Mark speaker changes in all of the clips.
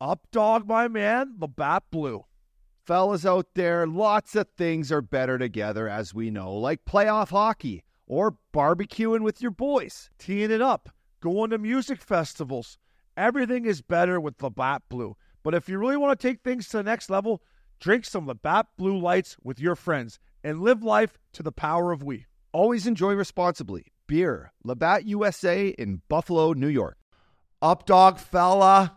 Speaker 1: Up dog, my man. The bat blue.
Speaker 2: Fellas out there, lots of things are better together, as we know, like playoff hockey or barbecuing with your boys.
Speaker 1: Teeing it up. Going to music festivals. Everything is better with the bat blue. But if you really want to take things to the next level, drink some Labatt Blue Lights with your friends and live life to the power of we.
Speaker 2: Always enjoy responsibly. Beer, Labatt USA in Buffalo, New York.
Speaker 1: Up dog fella,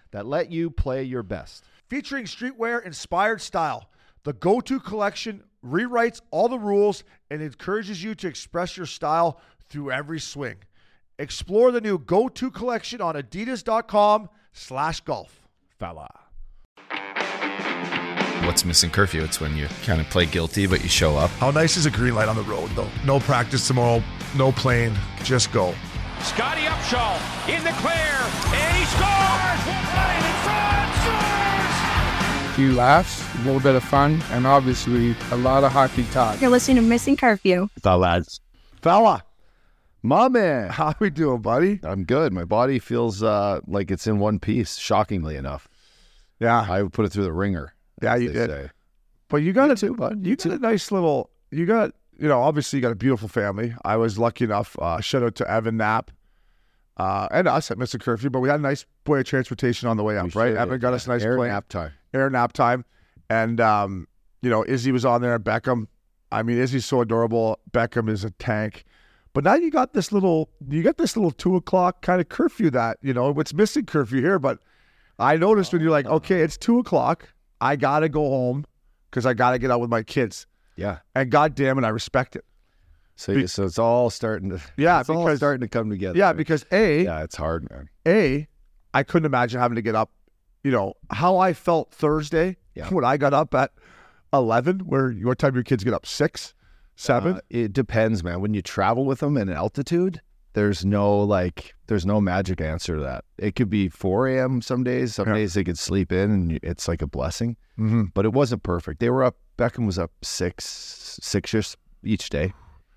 Speaker 2: that let you play your best.
Speaker 1: Featuring streetwear inspired style, the Go2 collection rewrites all the rules and encourages you to express your style through every swing. Explore the new Go2 collection on adidas.com/golf.
Speaker 2: Fella.
Speaker 3: What's missing curfew? It's when you kind of play guilty, but you show up.
Speaker 4: How nice is a green light on the road, though? No practice tomorrow, no plane, just go.
Speaker 5: Scotty Upshaw in the clear, and he scores! One in front, scores!
Speaker 6: A few laughs, a little bit of fun, and obviously a lot of hockey talk.
Speaker 7: You're listening to Missing Curfew.
Speaker 8: The lads.
Speaker 1: Fella.
Speaker 9: My man.
Speaker 1: How we doing, buddy?
Speaker 9: I'm good. My body feels uh, like it's in one piece, shockingly enough.
Speaker 1: Yeah.
Speaker 9: I would put it through the ringer.
Speaker 1: Yeah, you did. Say. But you got you a too, bud. You got a nice little. You got you know obviously you got a beautiful family. I was lucky enough. Uh, shout out to Evan Knapp. Uh, and us at Mr. Curfew, but we had a nice boy of transportation on the way up, we right? Sure Evan got us a nice
Speaker 9: air plane. nap time,
Speaker 1: air nap time, and um, you know Izzy was on there. Beckham, I mean Izzy's so adorable. Beckham is a tank, but now you got this little, you got this little two o'clock kind of curfew that you know what's missing curfew here. But I noticed oh, when you're
Speaker 9: Uh-huh.
Speaker 1: like, okay, it's two o'clock, I gotta go home because I gotta get out with my kids.
Speaker 9: Yeah.
Speaker 1: And God damn it, I respect it.
Speaker 9: So, Be- so it's all starting to
Speaker 1: yeah,
Speaker 9: it's because, all starting to come together.
Speaker 1: Yeah, because a
Speaker 9: yeah, it's hard, man.
Speaker 1: A, I couldn't imagine having to get up. You know how I felt Thursday
Speaker 9: yeah.
Speaker 1: when I got up at eleven. Where your time your kids get up six, seven? Uh,
Speaker 9: it depends, man. When you travel with them in altitude, there's no like there's no magic answer to that it could be 4 a.m some days some yeah. days they could sleep in and it's like a blessing
Speaker 1: mm-hmm.
Speaker 9: but it wasn't perfect they were up beckham was up six six each day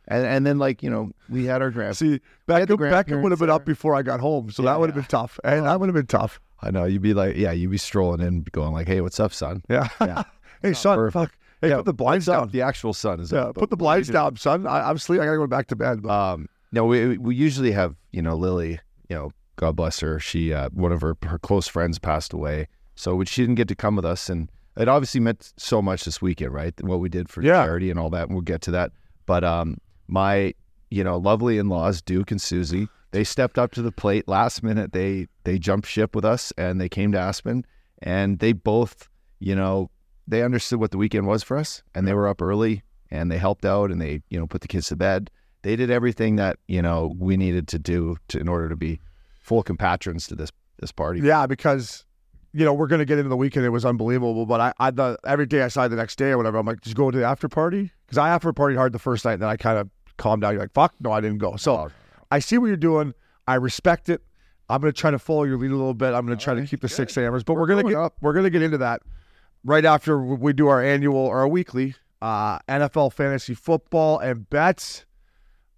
Speaker 9: and and then like you know we had our grand
Speaker 1: see beckham, beckham would have been up before i got home so yeah, that would have yeah. been tough and oh. that would have been tough
Speaker 9: i know you'd be like yeah you'd be strolling in going like hey what's up son
Speaker 1: yeah, yeah. hey it's son perfect. fuck Hey, put the blinds down.
Speaker 9: The actual sun is
Speaker 1: yeah, up. Put the blinds down, son. I, am sleeping. I gotta go back to bed. But...
Speaker 9: Um, no, we we usually have you know Lily, you know, God bless her. She uh, one of her her close friends passed away, so she didn't get to come with us, and it obviously meant so much this weekend, right? What we did for
Speaker 1: yeah.
Speaker 9: charity and all that, and we'll get to that. But um, my you know lovely in laws Duke and Susie, they stepped up to the plate last minute. They they jumped ship with us, and they came to Aspen, and they both you know they understood what the weekend was for us, and they were up early, and they helped out, and they you know put the kids to bed they did everything that you know we needed to do to, in order to be full compatrons to this this party.
Speaker 1: Yeah, because you know we're going to get into the weekend. It was unbelievable, but I, I the, every day I saw the next day or whatever, I'm like, just go to the after party because I after party hard the first night, and then I kind of calmed down. You're like, fuck, no, I didn't go. So oh. I see what you're doing. I respect it. I'm going to try to follow your lead a little bit. I'm going to try right, to keep the good. six amers, but we're, we're going to get up. We're going to get into that right after we do our annual or our weekly uh, NFL fantasy football and bets.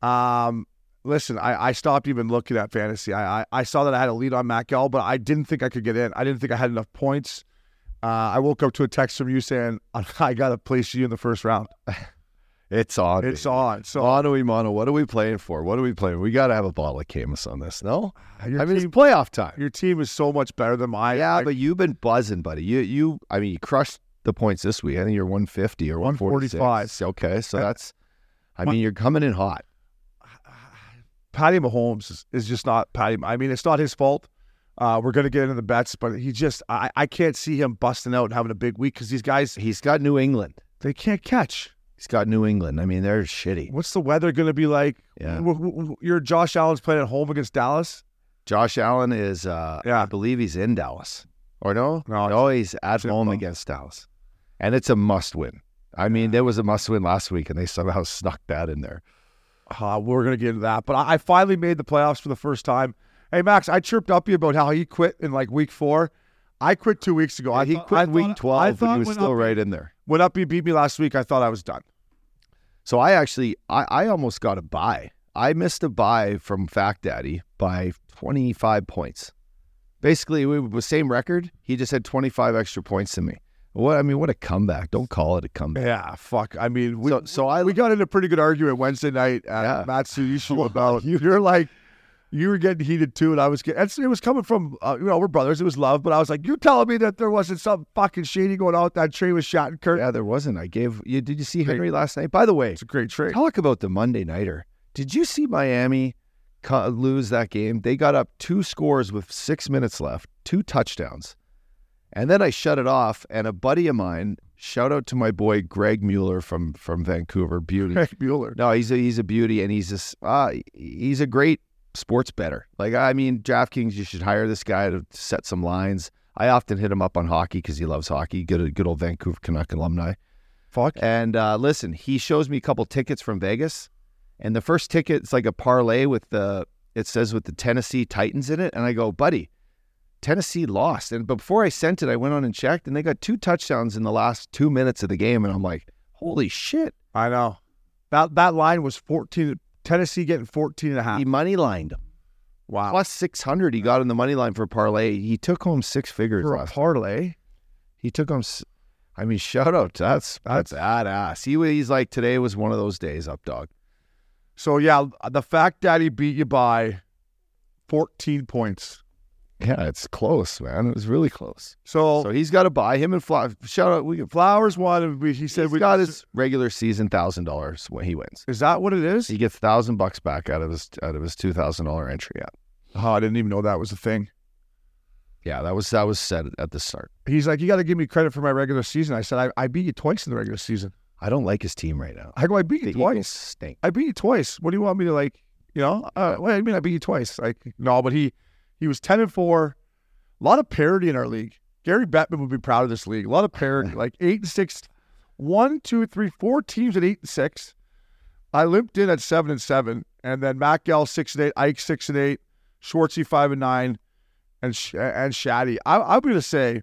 Speaker 1: Um, listen, I, I stopped even looking at fantasy. I, I, I saw that I had a lead on Mackel, but I didn't think I could get in. I didn't think I had enough points. Uh, I woke up to a text from you saying I got to place you in the first round.
Speaker 9: it's on.
Speaker 1: It's baby. on. So
Speaker 9: Mono Mono, what are we playing for? What are we playing? We got to have a bottle of Camus on this. No, your I mean team, it's playoff time.
Speaker 1: uh, Your team is so much better than mine.
Speaker 9: Yeah,
Speaker 1: I,
Speaker 9: but you've been buzzing, buddy. You you. I mean, you crushed the points this week. I think you're 150 or 146.
Speaker 1: 145.
Speaker 9: Okay, so that's. I mean, you're coming in hot.
Speaker 1: Patty Mahomes is, is, just not Patty. I mean, it's not his fault. Uh, we're going to get into the bets, but he just, I, I can't see him busting out and having a big week because these guys.
Speaker 9: He's got New England.
Speaker 1: They can't catch.
Speaker 9: He's got New England. I mean, they're shitty.
Speaker 1: What's the weather going to be like?
Speaker 9: Yeah.
Speaker 1: W- w- w- your Josh Allen's playing at home against Dallas.
Speaker 9: Josh Allen is, uh, yeah. I believe he's in Dallas. Or no?
Speaker 1: No,
Speaker 9: No, he's at
Speaker 1: Simple.
Speaker 9: home against Dallas. And it's a must win. I mean, there was a must win last week, and they somehow snuck that in there.
Speaker 1: Uh, we're going to get into that. But I, I finally made the playoffs for the first time. Hey, Max, I chirped up you about how he quit in like week four. I quit two weeks ago. I
Speaker 9: he
Speaker 1: thought-
Speaker 9: quit
Speaker 1: I
Speaker 9: week
Speaker 1: thought-
Speaker 9: 12,
Speaker 1: I
Speaker 9: but
Speaker 1: thought
Speaker 9: he was
Speaker 1: when
Speaker 9: still
Speaker 1: Uppy-
Speaker 9: right in there.
Speaker 1: When Uppy beat me last week, I thought I was done.
Speaker 9: So I actually, I, I almost got a buy. I missed a buy from Fact Daddy by 25 points. Basically, we were same record. He just had 25 extra points than me. What I mean, what a comeback! Don't call it a comeback.
Speaker 1: Yeah, fuck. I mean, we,
Speaker 9: so, so I
Speaker 1: we got in a pretty good argument Wednesday night at
Speaker 9: Yeah.
Speaker 1: Matsuishi about you're like you were getting heated too, and I was getting. It was coming from uh, you know we're brothers. It was love, but I was like, you're telling me that there wasn't some fucking shady going on with that trade with Shattenkirk.
Speaker 9: yeah, there wasn't. I gave you. Did you see Henry last night? By the way,
Speaker 1: It's a great trade.
Speaker 9: Talk about the Monday Nighter. Did you see Miami co- lose that game? They got up two scores with six minutes left, two touchdowns. And then I shut it off, and a buddy of mine, shout out to my boy Greg Mueller from, from Vancouver, beauty.
Speaker 1: Greg Mueller.
Speaker 9: No, he's a, he's a beauty, and he's just uh, he's a great sports better. Like I mean, DraftKings, you should hire this guy to set some lines. I often hit him up on hockey because he loves hockey. Good, good old Vancouver Canuck alumni.
Speaker 1: Fuck.
Speaker 9: And uh, listen, he shows me a couple tickets from Vegas, and the first ticket it's like a parlay with the it says with the Tennessee Titans in it, and I go, buddy, Tennessee lost. And but before I sent it, I went on and checked, and they got two touchdowns in the last two minutes of the game, and I'm like, holy shit,
Speaker 1: I know. That that line was 14. Tennessee getting 14 and a half.
Speaker 9: he money lined them.
Speaker 1: Wow.
Speaker 9: Plus 600 he got on the money line for parlay. He took home six figures
Speaker 1: for a
Speaker 9: last-
Speaker 1: parlay.
Speaker 9: He took him. s- I mean, shout out. to- That's that's badass. He wa- he's like today was one of those days, up dog.
Speaker 1: So yeah, the fact that he beat you by 14 points.
Speaker 9: Yeah, it's close, man. It was really close.
Speaker 1: So,
Speaker 9: So he's got to buy him and fly. Shout out. We
Speaker 1: Flowers won. And we, he said
Speaker 9: said
Speaker 1: we
Speaker 9: we got his regular season thousand dollars when he wins.
Speaker 1: Is that what it is?
Speaker 9: He gets thousand bucks back out of his out of his two thousand dollar entry. Yeah,
Speaker 1: Oh, I didn't even know that was a thing.
Speaker 9: yeah. That was that was said at the start.
Speaker 1: He's like, you got to give me credit for my regular season. I said, I, I beat you twice in the regular season.
Speaker 9: I don't like his team right now.
Speaker 1: I go, I beat
Speaker 9: The
Speaker 1: you
Speaker 9: Eagles
Speaker 1: twice.
Speaker 9: stink.
Speaker 1: I beat you twice. What do you want me to like? You know, uh, what do you mean I beat you twice? Like, no, but he he was ten and four. A lot of parity in our league. Gary Bettman would be proud of this league. A lot of parity, like eight and six, one, two, three, four teams at eight and six. I limped in at seven and seven, and then Matt Gell six and eight, Ike six and eight, Schwartzy five and nine, and Sh- and Shaddy. I, I'm gonna say,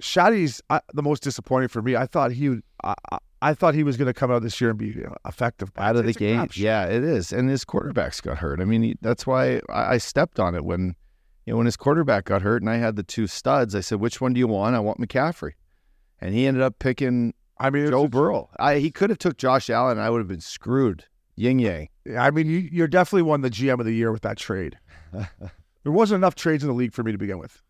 Speaker 1: Shaddy's uh, the most disappointing for me. I thought he would. I, I, I thought he was gonna come out this year and be effective.
Speaker 9: Out of the
Speaker 1: It's a crapshoot.
Speaker 9: game. Yeah, it is. And his quarterback's got hurt. I mean, he, that's why I, I stepped on it when you know when his quarterback got hurt, and I had the two studs. I said, which one do you want? I want McCaffrey, and he ended up picking
Speaker 1: I mean,
Speaker 9: Joe
Speaker 1: it's,
Speaker 9: Burrow. I, he could have took Josh Allen. and I would have been screwed. Yin yang.
Speaker 1: I mean, you, you're definitely won the GM of the year with that trade. there wasn't enough trades in the league for me to begin with.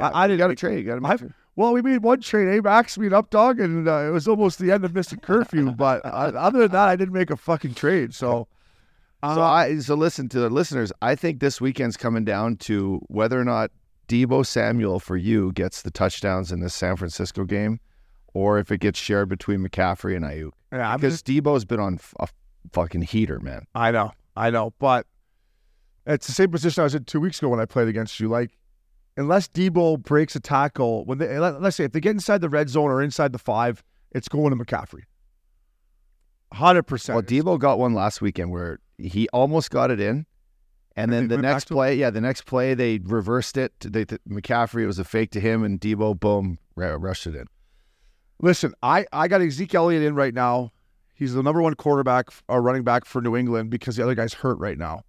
Speaker 1: I, I didn't.
Speaker 9: got to trade. Got
Speaker 1: I-
Speaker 9: to.
Speaker 1: well, we made one trade. A Max made up dog, and uh, it was almost the end of Mr. Curfew. but uh, other than that, I didn't make a fucking trade. So, uh,
Speaker 9: So I so listen to the listeners. I think this weekend's coming down to whether or not Debo Samuel for you gets the touchdowns in this San Francisco game, or if it gets shared between McCaffrey and Ayuk.
Speaker 1: yeah, I'm
Speaker 9: Because
Speaker 1: just,
Speaker 9: Debo's been on f- a fucking heater, man.
Speaker 1: I know, I know, but it's the same position I was in two weeks ago when I played against you. Like, unless Debo breaks a tackle, when they let, us say if they get inside the red zone or inside the five, it's going to McCaffrey. Hundred percent.
Speaker 9: Well, Debo got one last weekend where he almost got it in, and then
Speaker 1: they
Speaker 9: the
Speaker 1: went back
Speaker 9: next
Speaker 1: to him?
Speaker 9: play, yeah, the next play they reversed it. They th- McCaffrey it was a fake to him, and Debo boom ra- rushed it in.
Speaker 1: Listen, I, I got Ezekiel Elliott in right now. He's the number one quarterback or running back for New England because the other guy's hurt right now.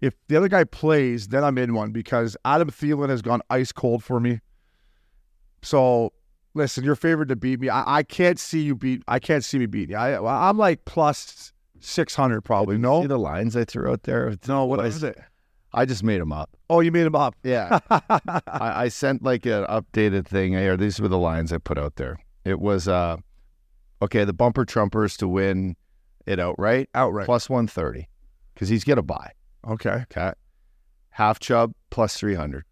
Speaker 1: If the other guy plays, then I'm in one because Adam Thielen has gone ice cold for me. So, listen, you're favored to beat me. I, I can't see you beat. I can't see me beat you. I, well, I'm like plus six hundred probably.
Speaker 9: See
Speaker 1: No,
Speaker 9: the lines I threw out there.
Speaker 1: no. What is it?
Speaker 9: I just made them up.
Speaker 1: Oh, you made him up.
Speaker 9: Yeah, I, I sent like an updated thing here. These were the lines I put out there. It was uh, okay, the bumper trumpers to win it outright,
Speaker 1: Outright.
Speaker 9: plus one thirty, because he's gonna buy.
Speaker 1: Okay.
Speaker 9: Okay, half chub plus three hundred.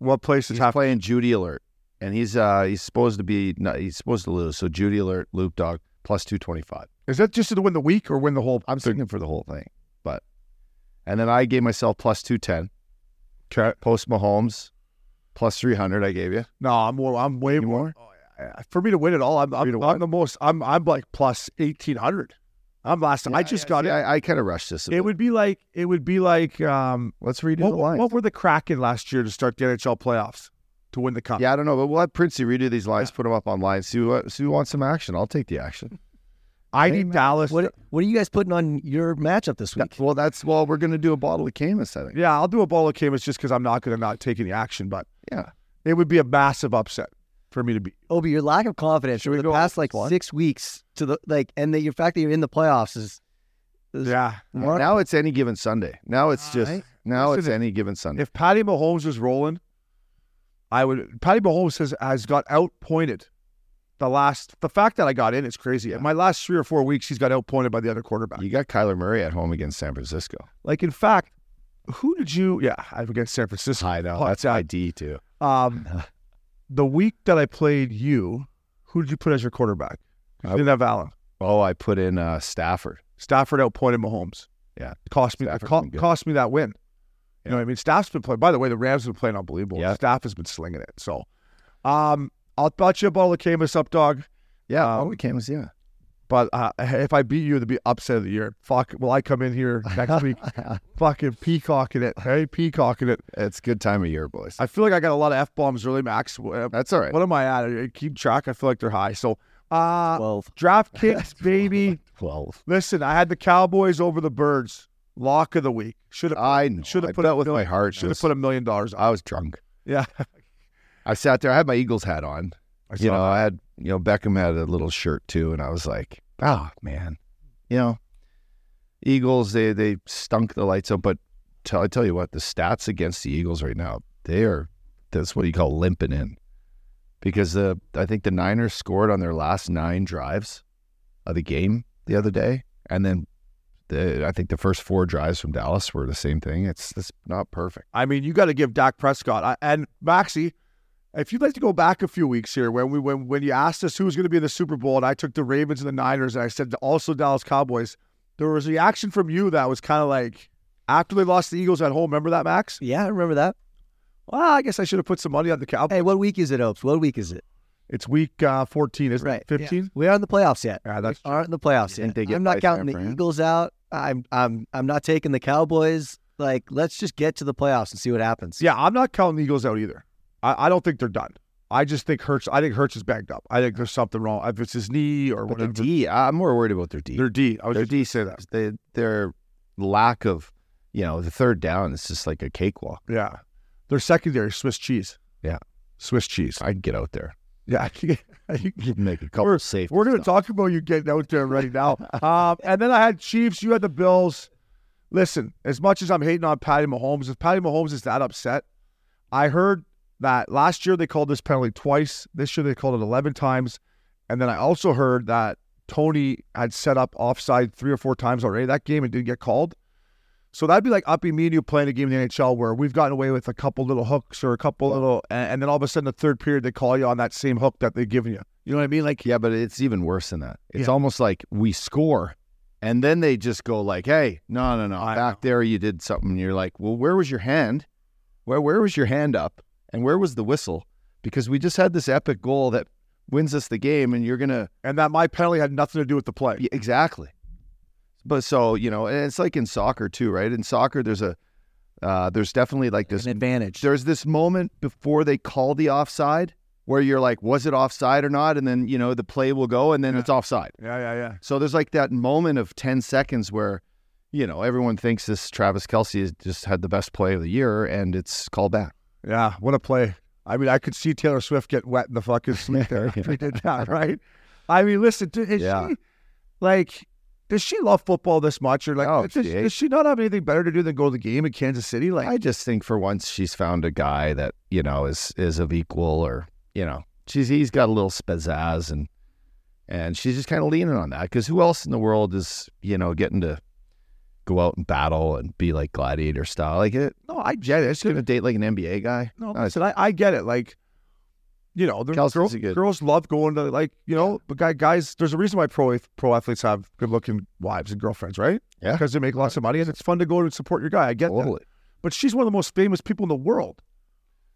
Speaker 1: What place is
Speaker 9: He's
Speaker 1: half?
Speaker 9: playing Judy Alert, and he's uh he's supposed to be no, he's supposed to lose. So Judy Alert, Loop Dog, plus two twenty five.
Speaker 1: Is that just to win the week or win the whole?
Speaker 9: I'm thinking for the whole thing, but and then I gave myself plus two ten.
Speaker 1: Okay.
Speaker 9: Post Mahomes, plus 300 I gave you.
Speaker 1: No, I'm more. I'm way
Speaker 9: You
Speaker 1: more. Oh, yeah. For me to win it all, I'm I'm, I'm the most. I'm I'm like plus eighteen hundred. I'm last. I just got
Speaker 9: See,
Speaker 1: it.
Speaker 9: I, I kind of rushed this. A
Speaker 1: it
Speaker 9: bit.
Speaker 1: would be like it would be like um.
Speaker 9: Let's redo
Speaker 1: What,
Speaker 9: the lines.
Speaker 1: what were the Kraken last year to start the NHL playoffs to win the cup?
Speaker 9: yeah, I don't know, but we'll have Princey redo these lines, put them up online. See what see who wants some action. I'll take the action.
Speaker 1: I need Dallas.
Speaker 7: What What are you guys putting on your matchup this week?
Speaker 9: Well, that's well, we're gonna do a bottle of Camus, I think.
Speaker 1: yeah, I'll do a ball of Camus just because I'm not going to not take any action, but
Speaker 9: Yeah.
Speaker 1: it would be a massive upset for me to be.
Speaker 7: Obi, Oh, your lack of confidence over the past like
Speaker 1: one?
Speaker 7: six weeks to the like, and the your fact that you're in the playoffs is, is
Speaker 1: Yeah.
Speaker 7: Mark-
Speaker 9: Now it's any given Sunday. Now it's just
Speaker 7: Alright.
Speaker 9: now it's
Speaker 1: Listen,
Speaker 9: any given Sunday.
Speaker 1: If Patty Mahomes was rolling, I would. Patty Mahomes has, has got outpointed. The last, the fact that I got in is crazy. In my last three or four weeks, he's got outpointed by the other quarterback.
Speaker 9: you got Kyler Murray at home against San Francisco.
Speaker 1: Like in fact, who did you? Yeah, I forget San Francisco.
Speaker 9: I know.
Speaker 1: Fuck
Speaker 9: That's
Speaker 1: that.
Speaker 9: ID too.
Speaker 1: Um, the week that I played you, who did you put as your quarterback? You
Speaker 9: I-
Speaker 1: didn't have Allen.
Speaker 9: Oh, I put in uh, Stafford.
Speaker 1: Stafford outpointed Mahomes.
Speaker 9: Yeah.
Speaker 1: cost me
Speaker 9: Stafford's
Speaker 1: co-
Speaker 9: been good.
Speaker 1: cost me that win. You know what I mean? Staff's been playing. By the way, the Rams have been playing unbelievable.
Speaker 9: Yeah.
Speaker 1: Staff has been slinging it. So, um, I'll bet you a bottle of Camus up, dog.
Speaker 9: Yeah.
Speaker 1: Um,
Speaker 9: oh, Camus, yeah.
Speaker 1: But uh, if I beat you, it'd be upset of the year. Fuck. Will I come in here next week? fucking peacocking it. Hey, peacocking it.
Speaker 9: It's good time of year, boys.
Speaker 1: I feel like I got a lot of f bombs early, Max. Uh,
Speaker 9: That's all right.
Speaker 1: What am I at? I keep track. I feel like they're high. So, uh,
Speaker 7: twelve.
Speaker 1: draft kicks, baby.
Speaker 9: Twelve.
Speaker 1: Listen, I had the Cowboys over the Birds. Lock of the week. Should have
Speaker 9: I know.
Speaker 1: Should
Speaker 9: I
Speaker 1: have put
Speaker 9: bet
Speaker 1: a
Speaker 9: with
Speaker 1: million-
Speaker 9: my heart.
Speaker 1: should
Speaker 9: I
Speaker 1: have
Speaker 9: was-
Speaker 1: put a million dollars. on.
Speaker 9: I was drunk.
Speaker 1: Yeah,
Speaker 9: I sat there. I had my Eagles hat on.
Speaker 1: I
Speaker 9: you know, I had you know Beckham had a little shirt too, and I was like, ah, man, you know, Eagles they they stunk the lights up, but tell I tell you what, the stats against the Eagles right now they are that's what you call limping in, because the I think the Niners scored on their last nine drives of the game the other day, and then. The, I think the first four drives from Dallas were the same thing. It's it's not perfect.
Speaker 1: I mean, you got to give Dak Prescott I, and Maxi. If you'd like to go back a few weeks here, when we when when you asked us who was going to be in the Super Bowl, and I took the Ravens and the Niners, and I said also Dallas Cowboys, there was a reaction from you that was kind of like after they lost the Eagles at home. Remember that, Max?
Speaker 7: Yeah, I remember that.
Speaker 1: Well, I guess I should have put some money on the Cowboys.
Speaker 7: Hey, what week is it, Opes? What week is it?
Speaker 1: It's week uh, fourteen, isn't
Speaker 7: Right,
Speaker 1: it? Fifteen.
Speaker 7: We aren't in the playoffs yet.
Speaker 1: Yeah, that's
Speaker 7: We aren't in the playoffs
Speaker 9: You think
Speaker 7: yet.
Speaker 9: they get
Speaker 7: I'm not
Speaker 9: by
Speaker 7: counting
Speaker 9: San
Speaker 7: the
Speaker 9: Fran?
Speaker 7: Eagles out. I'm I'm I'm not taking the Cowboys. Like, let's just get to the playoffs and see what happens.
Speaker 1: Yeah, I'm not counting the Eagles out either. I, I don't think they're done. I just think Hurts. I think Hurts is bagged up. I think there's something wrong. If it's his knee or
Speaker 9: But their
Speaker 1: whatever.
Speaker 9: D, I'm more worried about their D.
Speaker 1: Their D. uh, I was
Speaker 9: Their
Speaker 1: just D say that.
Speaker 9: they, their lack of, you know, the third down is just like a cakewalk.
Speaker 1: Yeah. Their secondary is Swiss cheese.
Speaker 9: Yeah.
Speaker 1: Swiss cheese.
Speaker 9: I'd get out there,
Speaker 1: Yeah.
Speaker 9: make a couple
Speaker 1: We're-
Speaker 9: safe.
Speaker 1: We're going to
Speaker 9: stuff.
Speaker 1: talk about you getting out there right now. um, and then I had Chiefs. You had the Bills. Listen, as much as I'm hating on Patty Mahomes, if Patty Mahomes is that upset, I heard that last year they called this penalty twice. This year they called it 11 times. And then I also heard that Tony had set up offside three or four times already that game and didn't get called. So that'd be like Uppy me and you playing a game in the NHL where we've gotten away with a couple little hooks or a couple little, and, and then all of a sudden the third period they call you on that same hook that they've given you. You know what I mean? Like,
Speaker 9: Yeah, but it's even worse than that. It's
Speaker 1: Yeah.
Speaker 9: almost like we score, and then they just go like, "Hey, no, no, no,
Speaker 1: I
Speaker 9: back there you did something." And you're like, "Well, where was your hand? Where where was your hand up? And where was the whistle? Because we just had this epic goal that wins us the game, and you're gonna."
Speaker 1: and that my penalty had nothing to do with the play.
Speaker 9: Yeah, exactly. But so you know, and it's like in soccer too, right? In soccer, there's a uh, there's definitely like this
Speaker 7: An advantage.
Speaker 9: there's this moment before they call the offside where you're like, was it offside or not? And then you know the play will go, and then it's offside.
Speaker 1: Yeah, yeah, yeah.
Speaker 9: So there's like that moment of ten seconds where you know everyone thinks this Travis Kelsey has just had the best play of the year, and it's called back.
Speaker 1: Yeah, what a play. I mean, I could see Taylor Swift get wet in the fucking sleep there after he did that, right? I mean, listen, do- is
Speaker 9: Yeah.
Speaker 1: she like, does she love football this much? Or like,
Speaker 9: Oh,
Speaker 1: does,
Speaker 9: she-
Speaker 1: does she not have anything better to do than go to the game in Kansas City? Like,
Speaker 9: I just think for once she's found a guy that you know is is of equal, or you know, she's he's got a little spazazz, and and she's just kind of leaning on that because who else in the world is you know getting to go out and battle and be like gladiator style? Like it,
Speaker 1: no, I get it.
Speaker 9: she's gonna date like an NBA guy.
Speaker 1: No,
Speaker 9: Nice.
Speaker 1: listen, I, I get it. Like, you know, there's
Speaker 9: Kelsey's
Speaker 1: girls,
Speaker 9: a good-
Speaker 1: girls love going to like, you know, but guy, guys, there's a reason why pro pro athletes have good looking wives and girlfriends, right?
Speaker 9: Yeah.
Speaker 1: because they make lots of money and it's fun to go and support your guy. I get that,
Speaker 9: Totally.
Speaker 1: but she's one of the most famous people in the world.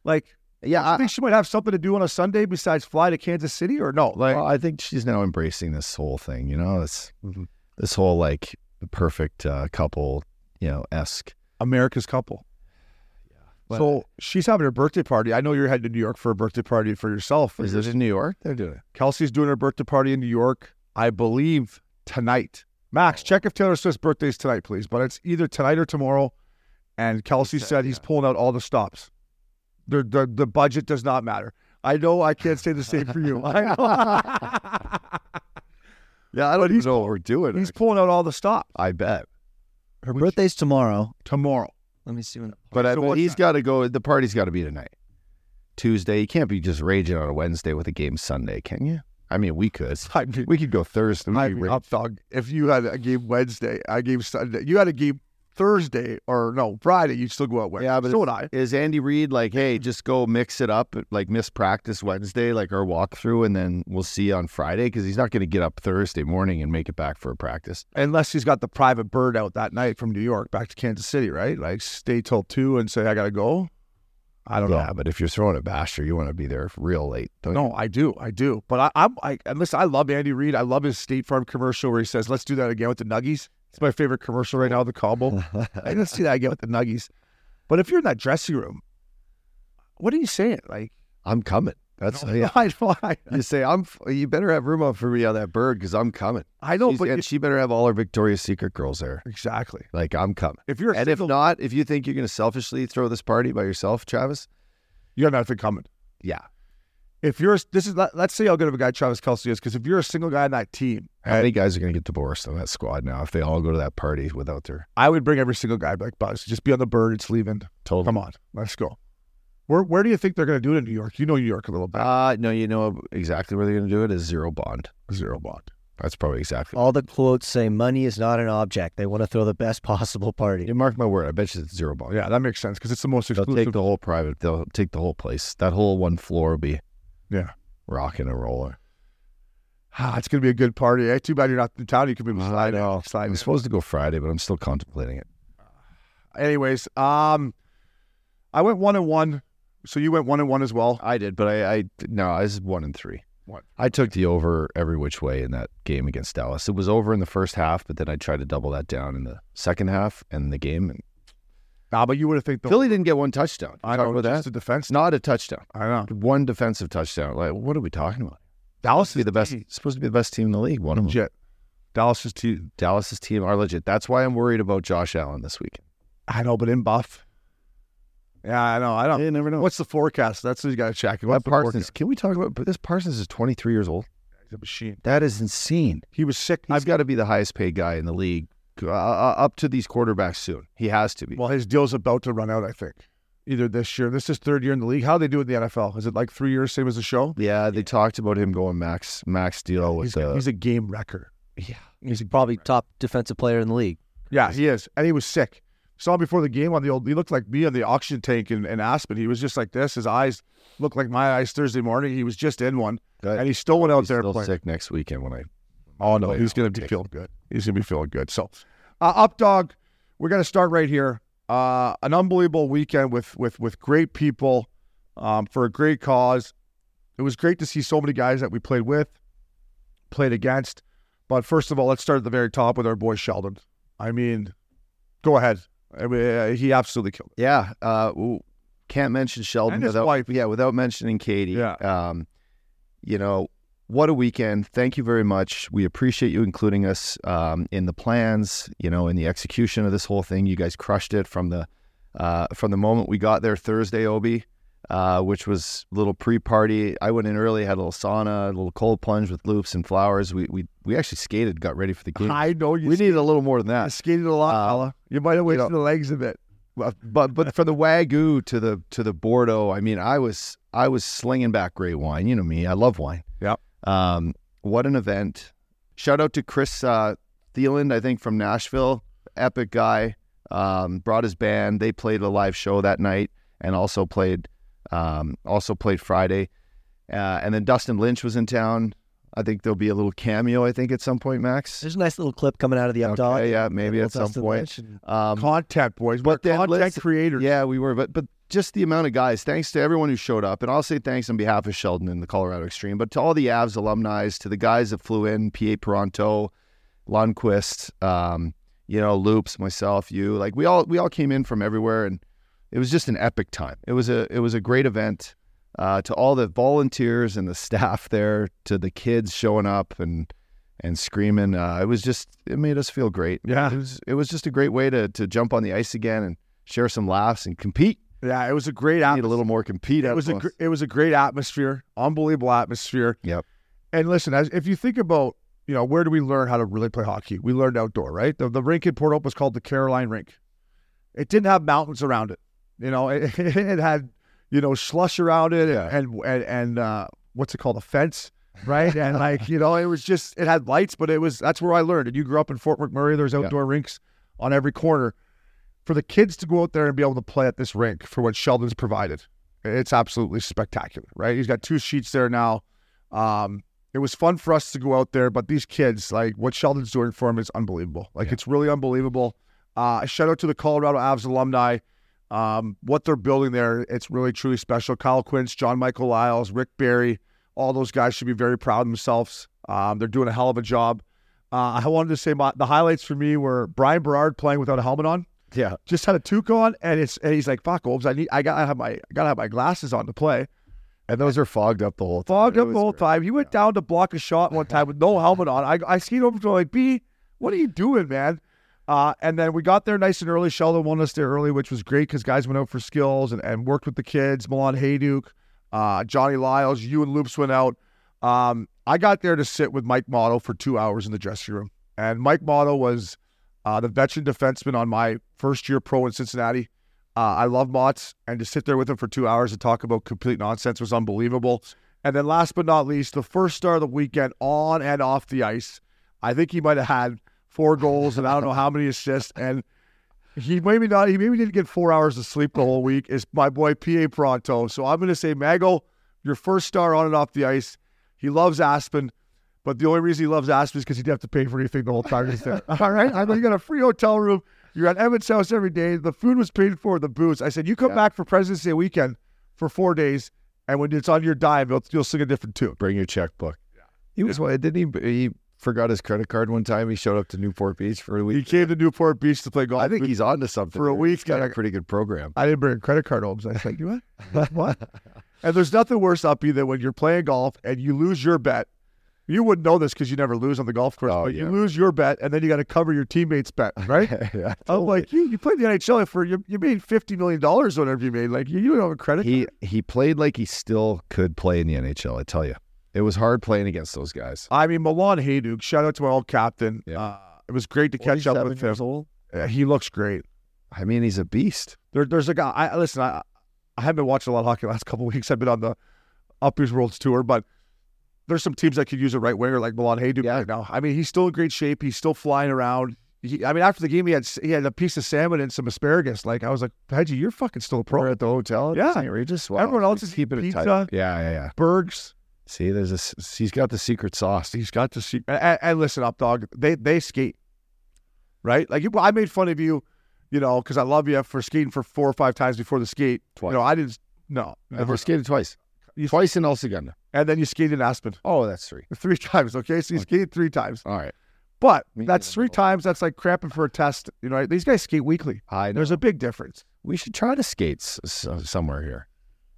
Speaker 1: Like,
Speaker 9: Yeah,
Speaker 1: I
Speaker 9: I,
Speaker 1: think she might have something to do on a Sunday besides fly to Kansas City or no? Like,
Speaker 9: well, I Mm-hmm. think she's now embracing this whole thing. You know, this this whole like perfect uh, couple, you know, esque.
Speaker 1: America's couple.
Speaker 9: Well-
Speaker 1: so she's having her birthday party. I know you're heading to New York for a birthday party for yourself.
Speaker 9: Is this in New York? They're doing it.
Speaker 1: Kelsey's doing her birthday party in New York, I believe tonight. Max, check if Taylor Swift's birthday is tonight, please. But it's either tonight or tomorrow. And Kelsey said he's pulling out all the stops. The, the the budget does not matter. I know I can't say the same for you. I know.
Speaker 9: Yeah, I don't even know what we're doing.
Speaker 1: he's pulling out all the stops
Speaker 9: I bet.
Speaker 7: Her birthday's tomorrow.
Speaker 1: tomorrow.
Speaker 7: Let me see when.
Speaker 9: But, I,
Speaker 1: So
Speaker 9: but
Speaker 1: what's
Speaker 9: he's
Speaker 1: that?
Speaker 9: got to go. The party's got to be tonight, Tuesday. You can't be just raging on a Wednesday with a game Sunday, can you? I mean, we could.
Speaker 1: I mean,
Speaker 9: We could go Thursday.
Speaker 1: I
Speaker 9: We'd be
Speaker 1: mean,
Speaker 9: ra-
Speaker 1: up dog. If you had a game Wednesday, I gave Sunday. You had a game Thursday or no Friday. You'd still go out Wednesday.
Speaker 9: Yeah, but
Speaker 1: so would I.
Speaker 9: Is Andy Reid like, hey, just go mix it up, like miss practice Wednesday, like our walkthrough, and then we'll see you on Friday? Because he's not going to get up Thursday morning and make it back for a practice.
Speaker 1: Unless he's got the private bird out that night from New York back to Kansas City, right? Like stay till two and say I gotta go. I don't
Speaker 9: Yeah, but if you're throwing a basher, you want to be there real late. Don't
Speaker 1: know. No, I do, I do. But I, I'm I and listen, I love Andy Reid. I love his State Farm commercial where he says, "Let's do that again with the Nuggies." It's my favorite commercial right now, the combo. I let's do that again with the Nuggies. But if you're in that dressing room, what are you saying? Like,
Speaker 9: I'm coming. That's yeah.
Speaker 1: I know, I,
Speaker 9: You say I'm. f- You better have room up for me on that bird because I'm coming.
Speaker 1: I know,
Speaker 9: She's-
Speaker 1: but
Speaker 9: and
Speaker 1: you-
Speaker 9: she better have all her Victoria's Secret girls there.
Speaker 1: exactly.
Speaker 9: Like I'm coming.
Speaker 1: If you're a
Speaker 9: And if
Speaker 1: single-
Speaker 9: not, if you think you're going to selfishly throw this party by yourself, Travis,
Speaker 1: you got nothing coming.
Speaker 9: yeah.
Speaker 1: If you're this is let- let's say how good of a guy Travis Kelsey is, because if you're a single guy on that team,
Speaker 9: How many guys are going to get divorced on that squad now if they all go to that party without their
Speaker 1: I would bring every single guy like Buzz. Just be on the bird. It's leaving.
Speaker 9: total?
Speaker 1: Come on, let's go. Where where do you think they're going to do it in New York? You know New York a little bit.
Speaker 9: Uh, no, you know exactly where they're going to do it is zero bond.
Speaker 1: Zero bond.
Speaker 9: That's probably exactly.
Speaker 7: All the quotes say money is not an object. They want to throw the best possible party.
Speaker 9: You mark my word. I bet you it's zero bond.
Speaker 1: Yeah, that makes sense because it's the most
Speaker 9: They'll
Speaker 1: exclusive.
Speaker 9: take the whole private. They'll take the whole place. That whole one floor will be
Speaker 1: Yeah.
Speaker 9: rocking and rolling.
Speaker 1: Ah, it's going to be a good party. Eh? Too bad you're not in town. You could be sliding.
Speaker 9: I'm
Speaker 1: sliding.
Speaker 9: supposed to go Friday, but I'm still contemplating it.
Speaker 1: Anyways, um, I went one and one. So you went one and one as well.
Speaker 9: I did, but I, I no, I was one and three.
Speaker 1: What?
Speaker 9: I took the over every which way in that game against Dallas. It was over in the first half, but then I tried to double that down in the second half and the game. And
Speaker 1: Nah, but you would have think the
Speaker 9: Philly didn't get one touchdown.
Speaker 1: I
Speaker 9: Talk
Speaker 1: know
Speaker 9: about
Speaker 1: just the
Speaker 9: that.
Speaker 1: defense.
Speaker 9: Not a touchdown.
Speaker 1: I know
Speaker 9: One defensive touchdown. Like, what are we talking about?
Speaker 1: Dallas
Speaker 9: Be
Speaker 1: is
Speaker 9: the best. Supposed to be the best team in the league. One of them.
Speaker 1: Legit. Dallas's team.
Speaker 9: Dallas's team are legit. That's why I'm worried about Josh Allen this week.
Speaker 1: I know, but in Buff. Yeah, I know. I don't.
Speaker 9: You never know.
Speaker 1: What's the forecast? That's what you got to check. What's
Speaker 9: that
Speaker 1: the
Speaker 9: Parsons?
Speaker 1: forecast?
Speaker 9: Can we talk about? But this Parsons is 23 years old.
Speaker 1: He's a machine.
Speaker 9: That is insane.
Speaker 1: He was sick.
Speaker 9: He's got to be the highest paid guy in the league, uh, uh, up to these quarterbacks soon. He has to be.
Speaker 1: Well, his deal's about to run out, I think. Either this year, this is third year in the league. How do they do it in the NFL? Is it like three years, same as the show?
Speaker 9: Yeah, they talked about him going max max deal with uh,
Speaker 1: He's,
Speaker 9: the.
Speaker 1: he's a game wrecker.
Speaker 7: He's probably top defensive player in the league.
Speaker 1: Yeah, he is. And he was sick. Saw him before the game on the old, he looked like me on the auction tank in, in Aspen. He was just like this. His eyes looked like my eyes Thursday morning. He was just in one.
Speaker 9: Good.
Speaker 1: And he still went out
Speaker 9: he's
Speaker 1: there
Speaker 9: still
Speaker 1: playing.
Speaker 9: sick next weekend when I.
Speaker 1: Oh no,
Speaker 9: Wait,
Speaker 1: he's
Speaker 9: no,
Speaker 1: going to be
Speaker 9: Dick.
Speaker 1: feeling good. He's going to be feeling good. So, uh, up dog, we're going to start right here. Uh, an unbelievable weekend with with with great people um, for a great cause. It was great to see so many guys that we played with, played against. But first of all, let's start at the very top with our boy Sheldon. I mean, go ahead. I mean, uh, he absolutely killed it.
Speaker 9: Yeah, uh, ooh, can't mention Sheldon
Speaker 1: And his
Speaker 9: without
Speaker 1: wife.
Speaker 9: yeah without mentioning Katie.
Speaker 1: Yeah.
Speaker 9: Um, you know what a weekend. Thank you very much. We appreciate you including us um, in the plans. You know in the execution of this whole thing. You guys crushed it from the uh, from the moment we got there Thursday, Obi. Uh, which was a little pre-party. I went in early, had a little sauna, a little cold plunge with loops and flowers. We we, we actually skated, got ready for the game.
Speaker 1: I know you
Speaker 9: we needed a little more than that.
Speaker 1: skated a lot,
Speaker 9: Uh,
Speaker 1: fella. You might have wasted
Speaker 9: know-
Speaker 1: the legs a bit.
Speaker 9: Well, but but from the wagyu to the to the bordeaux, I mean, I was I was slinging back great wine. You know me, I love wine.
Speaker 1: Yep.
Speaker 9: Um, what an event! Shout out to Chris uh, Thielen, I think from Nashville, epic guy. Um, brought his band. They played a live show that night, and also played um, also played Friday. Uh, and then Dustin Lynch was in town. I think there'll be a little cameo. I think at some point, Max.
Speaker 7: There's a nice little clip coming out of the up dog.
Speaker 9: Okay, yeah, maybe at some point. Um,
Speaker 1: Content boys,
Speaker 9: but
Speaker 1: but
Speaker 9: then
Speaker 1: content
Speaker 9: listen-
Speaker 1: creators.
Speaker 9: yeah, we were, but but just the amount of guys. Thanks to everyone who showed up, and I'll say thanks on behalf of Sheldon and the Colorado Extreme, but to all the Avs alumni, to the guys that flew in, PA Peranto, Lundquist, um, you know, Loops, myself, you, like we all we all came in from everywhere, and it was just an epic time. It was a it was a great event. Uh, to all the volunteers and the staff there, to the kids showing up and and screaming, uh, it was just it made us feel great.
Speaker 1: Yeah.
Speaker 9: it was it was just a great way to to jump on the ice again and share some laughs and compete.
Speaker 1: Yeah, it was a great
Speaker 9: Need a
Speaker 1: atmosphere.
Speaker 9: little more compete.
Speaker 1: It was a gr- it was a great atmosphere, unbelievable atmosphere.
Speaker 9: Yep.
Speaker 1: And listen, as if you think about, you know, where do we learn how to really play hockey? We learned outdoor, right? The, the rink in Port Hope was called the Caroline Rink. It didn't have mountains around it. You know, it, it had, you know, slush around it and and and uh, what's it called, a fence, right? and like you know, it was just it had lights, but it was that's where I learned. And you grew up in Fort McMurray. There's
Speaker 9: Yeah.
Speaker 1: outdoor rinks on every corner. For the kids to go out there and be able to play at this rink for what Sheldon's provided, it's absolutely spectacular, right? He's got two sheets there now. Um, it was fun for us to go out there, but these kids, like what Sheldon's doing for them, is unbelievable. Like it's really unbelievable. Uh, shout out to the Colorado Avs alumni. Um, what they're building there, it's really truly special. Kyle Quince, John Michael Lyles, Rick Barry, all those guys should be very proud of themselves. Um, they're doing a hell of a job. Uh, I wanted to say my, the highlights for me were Brian Berard playing without a helmet on
Speaker 9: yeah.
Speaker 1: just had a toque on, and it's and he's like, "Fuck, Wolves! I need, I gotta have my, gotta have my glasses on to play."
Speaker 9: And those are fogged up the whole time.
Speaker 1: Fogged
Speaker 9: It
Speaker 1: up
Speaker 9: was
Speaker 1: the whole
Speaker 9: great.
Speaker 1: time. He went down to block a shot one time with no helmet on. I, I skied over to him like, "B, what are you doing, man?" Uh, and then we got there nice and early. Sheldon won us there early, which was great because guys went out for skills and, and worked with the kids. Milan Hayduk, uh, Johnny Lyles, you and Loops went out. Um, I got there to sit with Mike Motto for two hours in the dressing room, and Mike Motto was uh, the veteran defenseman on my first year pro in Cincinnati. Uh, I love Mott's, and to sit there with him for two hours and talk about complete nonsense was unbelievable. And then last but not least, the first star of the weekend on and off the ice. I think he might have had four goals and I don't know how many assists. And he maybe not, he maybe didn't get four hours of sleep the whole week. Is my boy PA Pronto. So I'm going to say, Mago, your first star on and off the ice. He loves Aspen. But the only reason he loves Aspen is because he'd have to pay for anything the whole time he's there. All right. I mean, you got a free hotel room. You're at Evan's house every day. The food was paid for, the booze. I said, you come back for President's Day weekend for four days. And when it's on your dime, you'll, you'll sing a different tune.
Speaker 9: Bring your checkbook. He was one. Didn't he? He forgot his credit card one time. He showed up to Newport Beach for a
Speaker 1: He
Speaker 9: week.
Speaker 1: came to Newport Beach to play golf.
Speaker 9: I think he's onto something
Speaker 1: for a
Speaker 9: here.
Speaker 1: week,
Speaker 9: He's got a
Speaker 1: like-
Speaker 9: pretty good program.
Speaker 1: I didn't bring a credit card home. So I was like, you what? what? And there's nothing worse up than when you're playing golf and you lose your bet. You wouldn't know this because you never lose on the golf course,
Speaker 9: Oh,
Speaker 1: but
Speaker 9: yeah.
Speaker 1: you lose your bet and then you got to cover your teammate's bet, right?
Speaker 9: yeah.
Speaker 1: I'm like, you, you played the NHL for, you, you made $50 million, or whatever you made. Like, you, you don't have a credit
Speaker 9: He he played like he still could play in the NHL. I tell you, it was hard playing against those guys.
Speaker 1: I mean, Milan Hayduk, shout out to my old captain.
Speaker 9: Yeah.
Speaker 1: Uh, it was great to catch up with him. Uh, he looks great.
Speaker 9: I mean, he's a beast.
Speaker 1: There, there's a guy. I listen. I, I haven't been watching a lot of hockey the last couple of weeks. I've been on the Uppers Worlds tour, but there's some teams that could use a right winger like Milan Hayduk
Speaker 9: Yeah.
Speaker 1: right now. I mean, he's still in great shape. He's still flying around. He, I mean, after the game, he had s- he had a piece of salmon and some asparagus. Like I was like, Hedgie, you're fucking still a
Speaker 9: We're
Speaker 1: pro.
Speaker 9: at the hotel.
Speaker 1: Yeah.
Speaker 9: we just wow,
Speaker 1: Everyone else
Speaker 9: we
Speaker 1: is
Speaker 9: keep it
Speaker 1: eating
Speaker 9: tight.
Speaker 1: pizza.
Speaker 9: Yeah, yeah, yeah.
Speaker 1: Bergs.
Speaker 9: See, there's a s- he's got the secret sauce.
Speaker 1: He's got to see. And, and listen up, dog. They they skate, right? Like you- I made fun of you, you know, because I love you for skating for four or five times before the skate.
Speaker 9: Twice.
Speaker 1: You know, I didn't. No,
Speaker 9: I've skated twice,
Speaker 1: You-
Speaker 9: twice in El Segundo.
Speaker 1: and then you skated in Aspen.
Speaker 9: Oh, that's three.
Speaker 1: Three times, okay? So you skated three times.
Speaker 9: All right.
Speaker 1: But
Speaker 9: Me
Speaker 1: that's
Speaker 9: neither.
Speaker 1: three times. That's like cramping for a test. You know, these guys skate weekly.
Speaker 9: I know.
Speaker 1: There's a big difference.
Speaker 9: we should try to skate s- s- somewhere here.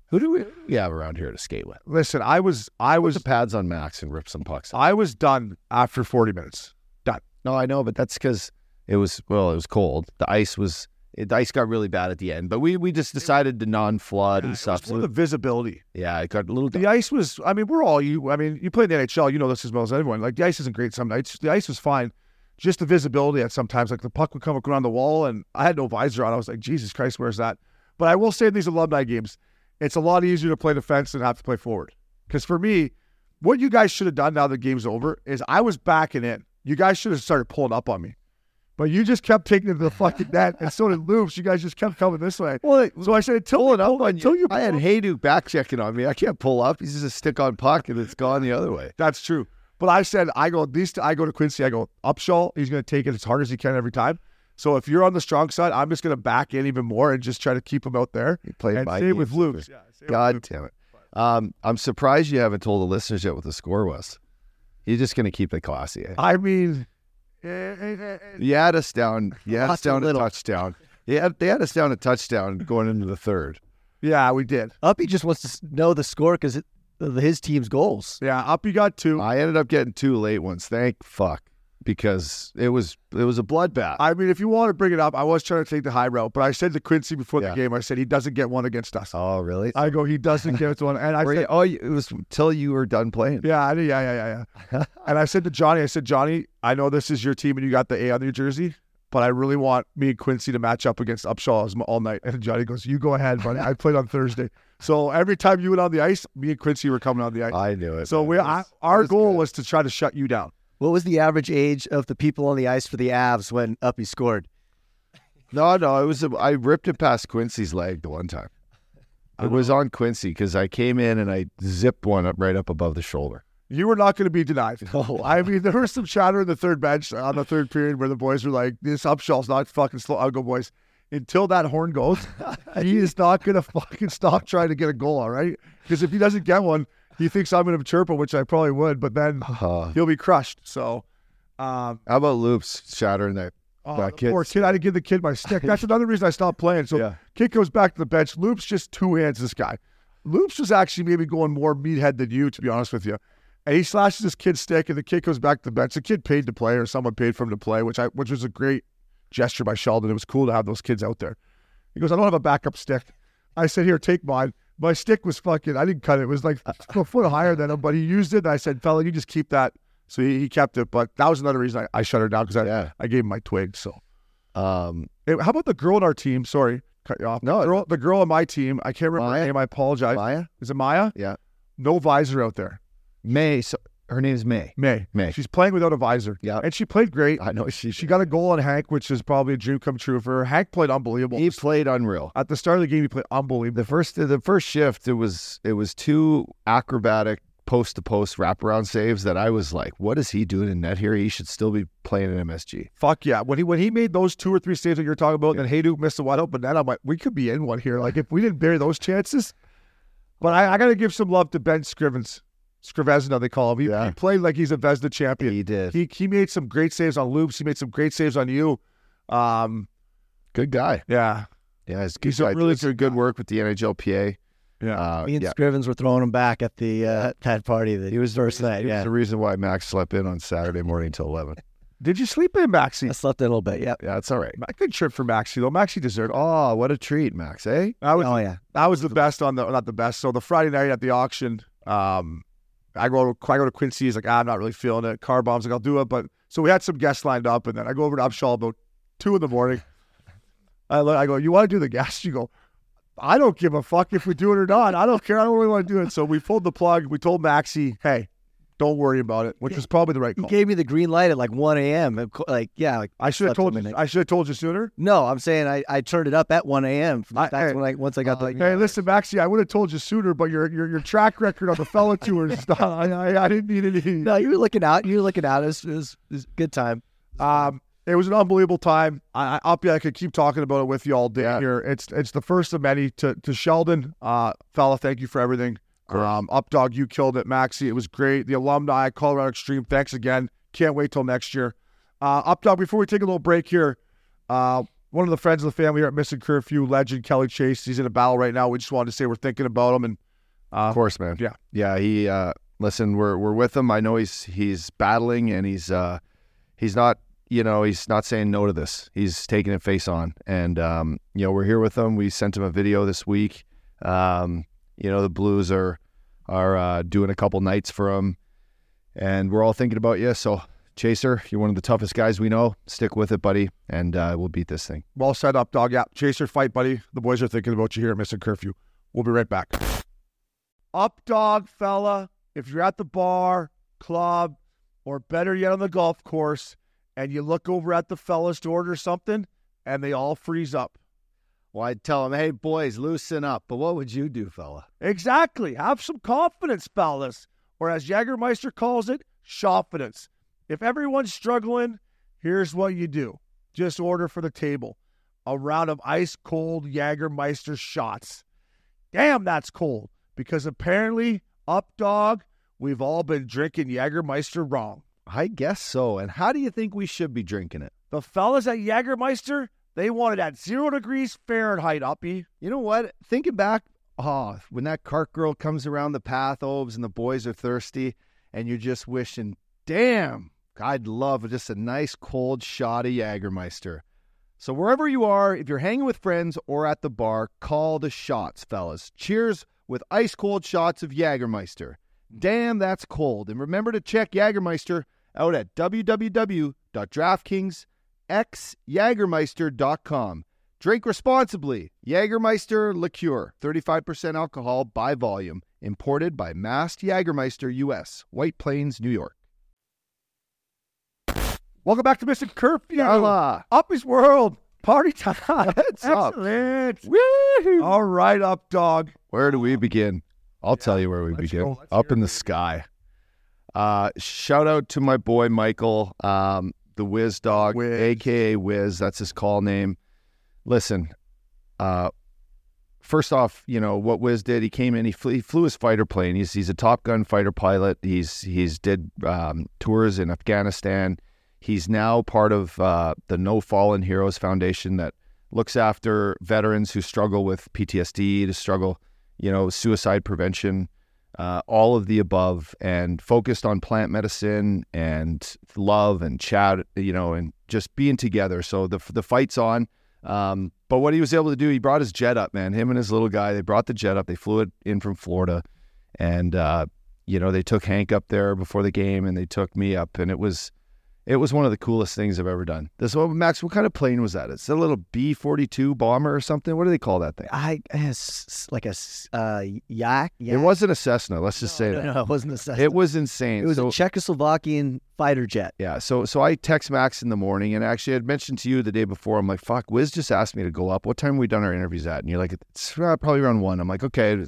Speaker 9: Who do we, who do we have around here to skate with?
Speaker 1: Listen, I was, I
Speaker 9: Put
Speaker 1: was,
Speaker 9: the pads on Max and rip some pucks.
Speaker 1: I was done after 40 minutes.
Speaker 9: no, I know, but that's because it was well, it was cold. The ice was it, the ice got really bad at the end, but we we just decided to non-flood and stuff.
Speaker 1: For
Speaker 9: So
Speaker 1: the visibility,
Speaker 9: yeah, it got a little.
Speaker 1: the ice was. I mean, we're all you. I mean, you play in the NHL, you know this as well as anyone. Like the ice isn't great some nights. The ice was fine. Just the visibility at sometimes, like the puck would come around the wall, and I had no visor on. I was like, Jesus Christ, where's that? But I will say in these alumni games, it's a lot easier to play defense than have to play forward. Because for me, what you guys should have done now the game's over is I was backing in. You guys should have started pulling up on me. But you just kept taking it to the fucking net, and so did Loops. You guys just kept coming this way. Well, so I said, until, it up until you,
Speaker 9: I had Hayduk back checking on me. I can't pull up. He's just a stick on puck, and it's gone the other way.
Speaker 1: That's true. But I said I go these. I go to Quincy. I go Upshaw. He's going to take it as hard as he can every time. So if you're on the strong side, I'm just going to back in even more and just try to keep him out there.
Speaker 9: He played
Speaker 1: and
Speaker 9: my
Speaker 1: same with
Speaker 9: games.
Speaker 1: Luke. Yeah, same with
Speaker 9: God
Speaker 1: Luke.
Speaker 9: damn it. Um, I'm surprised you haven't told the listeners yet what the score was. You're just going to keep it classy. eh?
Speaker 1: I mean, eh, eh, eh, eh.
Speaker 9: You had us down. You had us
Speaker 7: Lots of
Speaker 9: down a
Speaker 7: little.
Speaker 9: touchdown. They had, they had us down a touchdown going into the third.
Speaker 1: yeah, we did.
Speaker 7: Uppy just wants to s- know the score because his team's goals.
Speaker 1: Yeah, up you got two.
Speaker 9: I ended up getting two late ones. Thank fuck, because it was it was a bloodbath.
Speaker 1: I mean, if you want to bring it up, I was trying to take the high route, but I said to Quincy before
Speaker 9: Yeah.
Speaker 1: the game, I said he doesn't get one against us.
Speaker 9: oh really?
Speaker 1: I go, he doesn't get one, and I
Speaker 9: Were
Speaker 1: said,
Speaker 9: you- oh, you- it was until you were done playing.
Speaker 1: yeah, I did, yeah, yeah, yeah, yeah. and I said to Johnny, I said, Johnny, I know this is your team and you got the A on your jersey, but I really want me and Quincy to match up against Upshaw all night. And Johnny goes, you go ahead, buddy. I played on Thursday, so every time you went on the ice, me and Quincy were coming on the ice.
Speaker 9: I knew it.
Speaker 1: so
Speaker 9: man.
Speaker 1: we,
Speaker 9: It
Speaker 1: I,
Speaker 9: was- it
Speaker 1: our goal
Speaker 9: good.
Speaker 1: was to try to shut you down.
Speaker 7: What was the average age of the people on the ice for the Avs when Uppy scored?
Speaker 9: no, no. It was a, I ripped it past Quincy's leg the one time. It was on Quincy because I came in and I zipped one up right up above the shoulder.
Speaker 1: You were not going to be denied. I mean, there was some chatter in the third bench on the third period where the boys were like, "This Upshaw's not fucking slow." I'll go, boys. Until that horn goes, he is not going to fucking stop trying to get a goal. All right, because if he doesn't get one, he thinks I'm going to chirp him, which I probably would, but then
Speaker 9: Uh,
Speaker 1: he'll be crushed. So, um,
Speaker 9: how about loops shattering that?
Speaker 1: oh,
Speaker 9: That
Speaker 1: the
Speaker 9: kid's-
Speaker 1: poor kid, I didn't give the kid my stick. That's another reason I stopped playing. So,
Speaker 9: Yeah.
Speaker 1: kid goes back to the bench. Loops just two hands this guy. Loops was actually maybe going more meathead than you, to be honest with you. And he slashes his kid's stick, and the kid goes back to the bench. The kid paid to play, or someone paid for him to play, which I which was a great gesture by Sheldon. It was cool to have those kids out there. He goes, I don't have a backup stick. I said, Here, take mine. My stick was fucking, I didn't cut it. It was like a foot higher than him, but he used it. And I said, Fella, you just keep that. So he, he kept it. But that was another reason I, I shut her down because I,
Speaker 9: Yeah.
Speaker 1: I gave him my twig. So.
Speaker 9: Um,
Speaker 1: Hey, how about the girl on our team? Sorry, cut you off. No, the girl, the girl on my team. I can't remember
Speaker 9: Maya?
Speaker 1: her name. I apologize.
Speaker 9: Maya?
Speaker 1: Is it Maya?
Speaker 9: Yeah.
Speaker 1: No visor out there.
Speaker 9: May. So, her name's May.
Speaker 1: May.
Speaker 9: May.
Speaker 1: She's playing without a visor.
Speaker 9: Yeah.
Speaker 1: And she played great.
Speaker 9: I know she.
Speaker 1: She got a goal on Hank, which is probably a dream come true for her. Hank played unbelievable.
Speaker 9: He played unreal.
Speaker 1: At the start of the game, he played unbelievable.
Speaker 9: The first the first shift, it was it was two acrobatic post to post wraparound saves that I was like, what is he doing in net here? He should still be playing in MSG.
Speaker 1: Fuck yeah! When he when he made those two or three saves that you're talking about, and then Haydu missed a wide open net, I'm like, we could be in one here. Like if we didn't bury those chances. But I, I got to give some love to Ben Scrivens, Scrivezna they call him. He,
Speaker 9: Yeah.
Speaker 1: he played like he's a Vesna champion.
Speaker 9: He did.
Speaker 1: He he made some great saves on loops. He made some great saves on you. Um,
Speaker 9: Good guy.
Speaker 1: yeah,
Speaker 9: Yeah, he's a good
Speaker 1: He's a
Speaker 9: guy.
Speaker 1: really
Speaker 9: He's doing good work with the NHLPA.
Speaker 1: yeah.
Speaker 9: Uh,
Speaker 7: Me and
Speaker 9: yeah.
Speaker 7: Scrivens were throwing him back at the uh, that party that he was first night.
Speaker 9: It was
Speaker 7: Yeah,
Speaker 9: the reason why Max slept in on Saturday morning till eleven.
Speaker 1: Did you sleep in
Speaker 7: I
Speaker 1: Maxi?
Speaker 7: slept in a little bit. Yeah.
Speaker 9: Yeah, it's all right.
Speaker 1: Good trip for Maxi though. Maxi deserved.
Speaker 9: Oh, what a treat, Max. Eh?
Speaker 1: I was
Speaker 7: Oh yeah.
Speaker 1: I was the best on the not the best. So the Friday night at the auction, um, I go I go to Quincy. He's like, ah, I'm not really feeling it. Car bombs like I'll do it, but so we had some guests lined up, and then I go over to Upshaw about two in the morning. I look, I go, you want to do the guests? You go, I don't give a fuck if we do it or not. I don't care. I don't really want to do it. So we pulled the plug. We told Maxie, hey, don't worry about it, which was probably the right
Speaker 7: He
Speaker 1: call.
Speaker 7: gave me the green light at like 1 a.m. Of co- Like, yeah, like
Speaker 1: I should have
Speaker 7: slept
Speaker 1: told
Speaker 7: in the
Speaker 1: you.
Speaker 7: night.
Speaker 1: I should have told you sooner.
Speaker 7: No, I'm saying I, I turned it up at 1 a.m.
Speaker 1: I-
Speaker 7: That's
Speaker 1: hey.
Speaker 7: when I once I got the.
Speaker 1: Uh, Hey, listen, Maxie, I would have told you sooner, but your your, your track record on the fella tour is not. I, I, I didn't need any.
Speaker 7: No, you were looking out. You were looking out. It was, it was, it was a good time.
Speaker 1: Um, it was an unbelievable time. I, I, I'll be, I could keep talking about it with you all day
Speaker 9: Yeah.
Speaker 1: here. It's it's the first of many. To to Sheldon, uh, fella, thank you for everything. Um, Updog, you killed it, Maxie. It was great. The alumni, Colorado Extreme, thanks again. Can't wait till next year. Uh, Updog, before we take a little break here, uh, one of the friends of the family here at Missing Curfew, legend Kelly Chase, he's in a battle right now. We just wanted to say we're thinking about him and
Speaker 9: Of course, man.
Speaker 1: yeah.
Speaker 9: yeah. He uh, listen, we're we're with him. I know he's he's battling and he's uh, he's not you know he's not saying no to this. He's taking it face on, and um, you know we're here with him. We sent him a video this week. Um, you know the Blues are are uh, doing a couple nights for him, and we're all thinking about you. So Chaser, you're one of the toughest guys we know. Stick with it, buddy, and uh, we'll beat this thing.
Speaker 1: well set up, dog. Yeah, chase your fight, buddy. The boys are thinking about you here at Missing Curfew. We'll be right back. Up, dog, fella. If you're at the bar, club, or better yet, on the golf course, and you look over at the fellas to order something, and they all freeze up.
Speaker 9: Well, I'd tell him, hey boys, loosen up. But what would you do, fella?
Speaker 1: Exactly. Have some confidence, fellas. Or as Jagermeister calls it, shopfidence. If everyone's struggling, here's what you do Just order for the table a round of ice cold Jagermeister shots. Damn, that's cold because apparently, up dog, we've all been drinking Jagermeister wrong.
Speaker 9: I guess so. And how do you think we should be drinking it?
Speaker 1: The fellas at Jagermeister, they wanted at zero degrees Fahrenheit, uppy.
Speaker 9: You know what? Thinking back, oh, when that cart girl comes around the path, Obes, and the boys are thirsty, and you're just wishing, damn, I'd love just a nice cold shot of Jagermeister. So wherever you are, if you're hanging with friends or at the bar, call the shots, fellas. Cheers with ice cold shots of Jagermeister. Damn, that's cold. And remember to check Jagermeister out at www.draftkingsxjagermeister.com. Drink responsibly. Jagermeister liqueur, 35% alcohol by volume, imported by Mast Jagermeister US, White Plains, New York.
Speaker 1: Welcome back to Mr. Curfew.
Speaker 9: Yalla.
Speaker 1: Uppy's World. Party time.
Speaker 9: That's up.
Speaker 1: Excellent.
Speaker 9: Woo!
Speaker 1: All right, up dog.
Speaker 9: Where do we begin? I'll tell you where we begin.
Speaker 1: go. Let's
Speaker 9: Up in the sky. Uh, shout out to my boy Michael, um, the Whiz Dog,
Speaker 1: Wiz.
Speaker 9: aka Whiz. That's his call name. Listen, uh, first off, you know what Whiz did. He came in. He, fl- he flew his fighter plane. He's he's a Top Gun fighter pilot. He's he's did um, tours in Afghanistan. He's now part of uh, the No Fallen Heroes Foundation that looks after veterans who struggle with PTSD, to struggle, you know, suicide prevention, uh, all of the above, and focused on plant medicine and love and chat, you know, and just being together. So the the fight's on. Um, but what he was able to do, he brought his jet up, man. Him and his little guy, they brought the jet up. They flew it in from Florida, and uh, you know, they took Hank up there before the game, and they took me up, and it was. It was one of the coolest things I've ever done. This one, Max, what kind of plane was that? It's a little B 42 bomber or something. What do they call that thing?
Speaker 7: I it's like a s- uh, yak.
Speaker 9: It
Speaker 7: yak?
Speaker 9: wasn't a Cessna. Let's just say
Speaker 7: No,
Speaker 9: that.
Speaker 7: no, it wasn't a Cessna.
Speaker 9: It was insane.
Speaker 7: It was
Speaker 9: so,
Speaker 7: a Czechoslovakian fighter jet.
Speaker 9: yeah. So, so I text Max in the morning, and actually, I'd mentioned to you the day before. I'm like, "Fuck, Wiz just asked me to go up. What time we done our interviews at?" And you're like, "It's uh, probably around one." I'm like, "Okay,"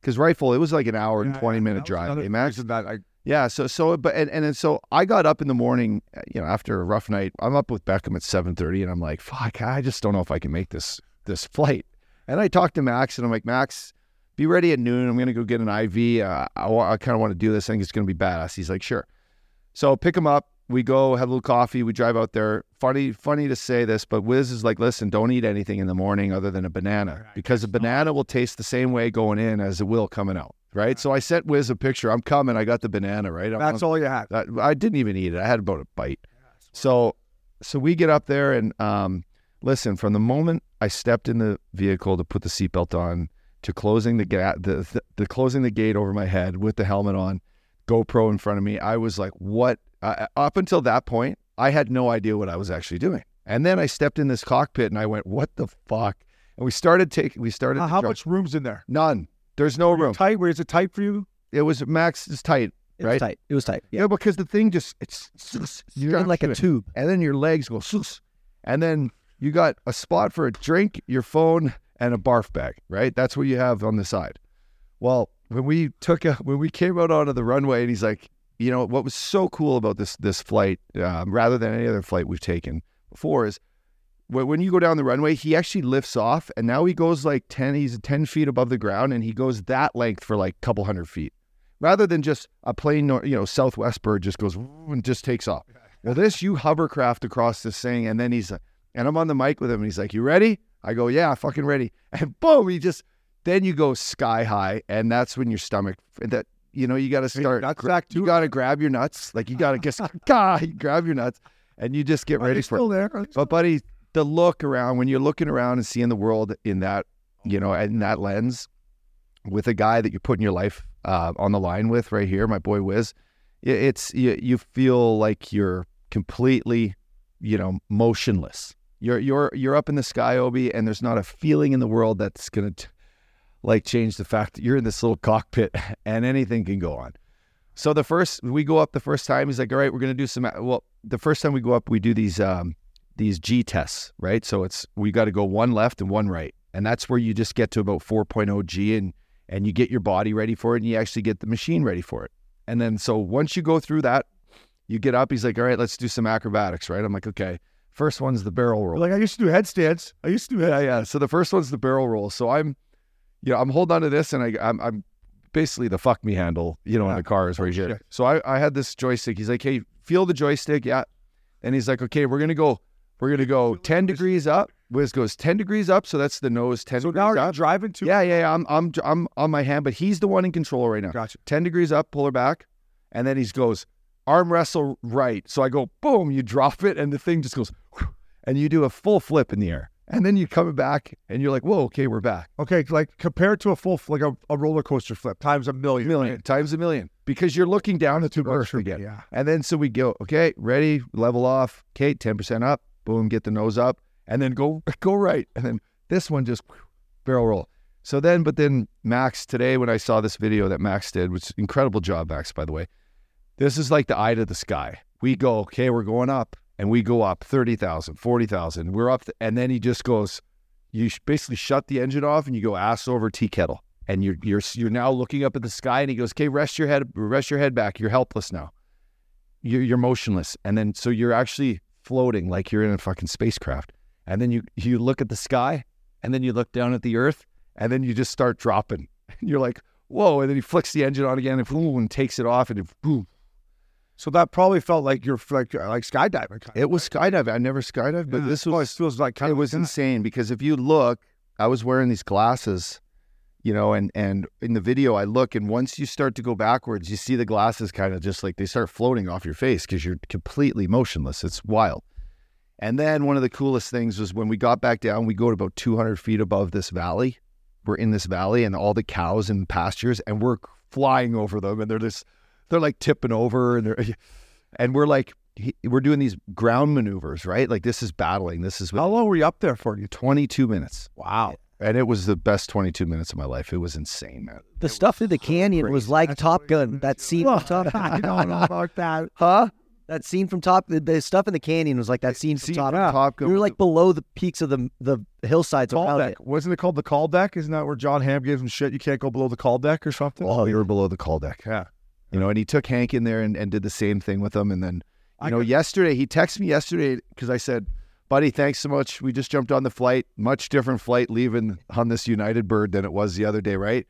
Speaker 9: because rifle, it was like an hour and twenty minute drive. eh, Max,
Speaker 1: Imagine that. I,
Speaker 9: Yeah. So so but and and then so I got up in the morning, uh, you know, after a rough night. I'm up with Beckham at 7:30, and I'm like, fuck, I just don't know if I can make this this flight. And I talked to Max, and I'm like, Max, be ready at noon. I'm gonna go get an IV. Uh, I, kind of want to do this. I think it's gonna be badass. He's like, sure. So pick him up. We go have a little coffee. We drive out there. Funny, funny to say this, but Wiz is like, listen, don't eat anything in the morning other than a banana because a banana will taste the same way going in as it will coming out. Right. So I sent Wiz a picture. I'm coming. I got the banana. Right. I'm-
Speaker 1: that's all you had.
Speaker 9: I, I didn't even eat it. I had about a bite. so, so we get up there and um, listen. From the moment I stepped in the vehicle to put the seatbelt on, to closing the gate, the, the, the closing the gate over my head with the helmet on, GoPro in front of me, I was like, "What?" I, I- up until that point, I had no idea what I was actually doing. And then I stepped in this cockpit and I went, "What the fuck?" And we started taking. We started.
Speaker 1: How,
Speaker 9: to
Speaker 1: Uh, how
Speaker 9: drive-
Speaker 1: much room's in there?
Speaker 9: None. There's no room.
Speaker 1: Tight? Where is it tight for you?
Speaker 9: It was max. It's tight.
Speaker 7: It
Speaker 9: Right.
Speaker 7: was tight. It was tight.
Speaker 9: Yeah, because the thing just it's
Speaker 7: You're in like a
Speaker 9: two
Speaker 7: tube.
Speaker 9: and then your legs go "Sus." and then you got a spot for a drink, your phone, and a barf bag, right? That's what you have on the side. Well, when we took a, when we came out onto the runway, and he's like, you know, what was so cool about this this flight, um, rather than any other flight we've taken before, is when, when you go down the runway, he actually lifts off, and now he goes like ten, he's ten feet above the ground, and he goes that length for like a couple hundred feet, rather than just a plane, nor- you know, Southwest bird just goes and just takes off. Well, this you hovercraft across this thing, and then he's like, and I'm on the mic with him, and he's like, "You ready?" I go, "Yeah, fucking ready." And boom, he just then you go sky high, and that's when your stomach that you know you got to start.
Speaker 1: that's
Speaker 9: gra- you got to grab your nuts, like you got to just God, you grab your nuts, and you just get
Speaker 1: Are
Speaker 9: ready
Speaker 1: you
Speaker 9: for.
Speaker 1: still there? Are you
Speaker 9: But buddy, the look around when you're looking around and seeing the world in that, you know, in that lens, with a guy that you're putting your life uh, on the line with right here, my boy Wiz, i- it's you, you feel like you're completely, you know, motionless. You're you're you're up in the sky, Obi, and there's not a feeling in the world that's gonna t- like change the fact that you're in this little cockpit and anything can go on. So the first we go up the first time, he's like, "All right, we're gonna do some." Well, the first time we go up, we do these um, these G tests, right? So it's we got to go one left and one right, and that's where you just get to about 4.0 G, and and you get your body ready for it, and you actually get the machine ready for it. And then so once you go through that, you get up. He's like, "All right, let's do some acrobatics," right? I'm like, "Okay." First one's the barrel roll.
Speaker 1: Like I used to do headstands. I used to do
Speaker 9: yeah,
Speaker 1: head.
Speaker 9: yeah. So the first one's the barrel roll. So I'm, you know, I'm holding on to this, and I, I'm, I'm basically the fuck me handle, you know, in the car is
Speaker 1: Oh,
Speaker 9: where you get. it. So I, I had this joystick. He's like, hey, feel the joystick, yeah. And he's like, okay, we're gonna go, we're gonna go ten degrees up. Wiz goes ten degrees up, so that's the nose. Ten
Speaker 1: So
Speaker 9: degrees
Speaker 1: now you're
Speaker 9: up.
Speaker 1: driving to
Speaker 9: Yeah, yeah, yeah. I'm, I'm, I'm on my hand, but he's the one in control right now.
Speaker 1: Gotcha.
Speaker 9: Ten degrees up, pull her back, and then he goes arm wrestle right. So I go boom, you drop it, and the thing just goes, whew, and you do a full flip in the air, and then you come back, and you're like, whoa, okay, we're back.
Speaker 1: Okay, like compare it to a full f- like a, a roller coaster flip times a million.
Speaker 9: Million times a million because you're looking down at the
Speaker 1: Right,
Speaker 9: earth
Speaker 1: sure,
Speaker 9: again.
Speaker 1: yeah.
Speaker 9: And then so we go, okay, ready, level off, okay, ten percent up, boom, get the nose up, and then go go right, and then this one just whew, barrel roll. So then, but then Max today when I saw this video that Max did, which incredible job, Max, by the way. This is like the eye to the sky. We go, okay, we're going up, and we go up 30,000, 40,000. We're up, th- and then he just goes, you sh- basically shut the engine off and you go ass over tea kettle. And you're, you're, s- you're now looking up at the sky, and he goes, okay, rest your head, rest your head back. You're helpless now. You're, you're motionless. And then, so you're actually floating like you're in a fucking spacecraft. And then you, you look at the sky, and then you look down at the earth, and then you just start dropping. And you're like, whoa. And then he flicks the engine on again and, boom, and takes it off, and it, boom,
Speaker 1: So that probably felt like you're f- like like skydiving. Kind
Speaker 9: It was skydiving. I never skydived, but this
Speaker 1: of. Oh, it
Speaker 9: was
Speaker 1: feels like kind
Speaker 9: it
Speaker 1: of
Speaker 9: was insane because if you look, I was wearing these glasses, you know, and and in the video I look, and once you start to go backwards, you see the glasses kind of just like they start floating off your face because you're completely motionless. It's wild. And then one of the coolest things was when we got back down, we go to about 200 feet above this valley. We're in this valley and all the cows and pastures, and we're flying over them, and they're just they're like tipping over, and they're and we're like he- we're doing these ground maneuvers, right? Like this is battling. This is
Speaker 1: How long were you up there for? You
Speaker 9: 22 minutes.
Speaker 1: wow.
Speaker 9: And it was the best 22 minutes of my life. It was insane, man.
Speaker 7: The stuff in the canyon was like Top Gun. That scene from Top Gun.
Speaker 1: about that.
Speaker 7: Huh? That scene from Top the, the stuff in the canyon was like that scene from
Speaker 9: Scene
Speaker 7: Top,
Speaker 9: from Top Gun
Speaker 7: You were
Speaker 9: with
Speaker 7: like below the peaks of the the hillsides
Speaker 1: Call
Speaker 7: around it.
Speaker 1: deck. Wasn't it called the call deck? Isn't that where John Hamm gave him shit? You can't go below the call deck or something?
Speaker 9: Oh, you were below the call deck. Yeah. You know, and he took Hank in there and, and did the same thing with him. And then, you know, yesterday, he texted me yesterday because I said, buddy, thanks so much. We just jumped on the flight. Much different flight leaving on this United bird than it was the other day, right?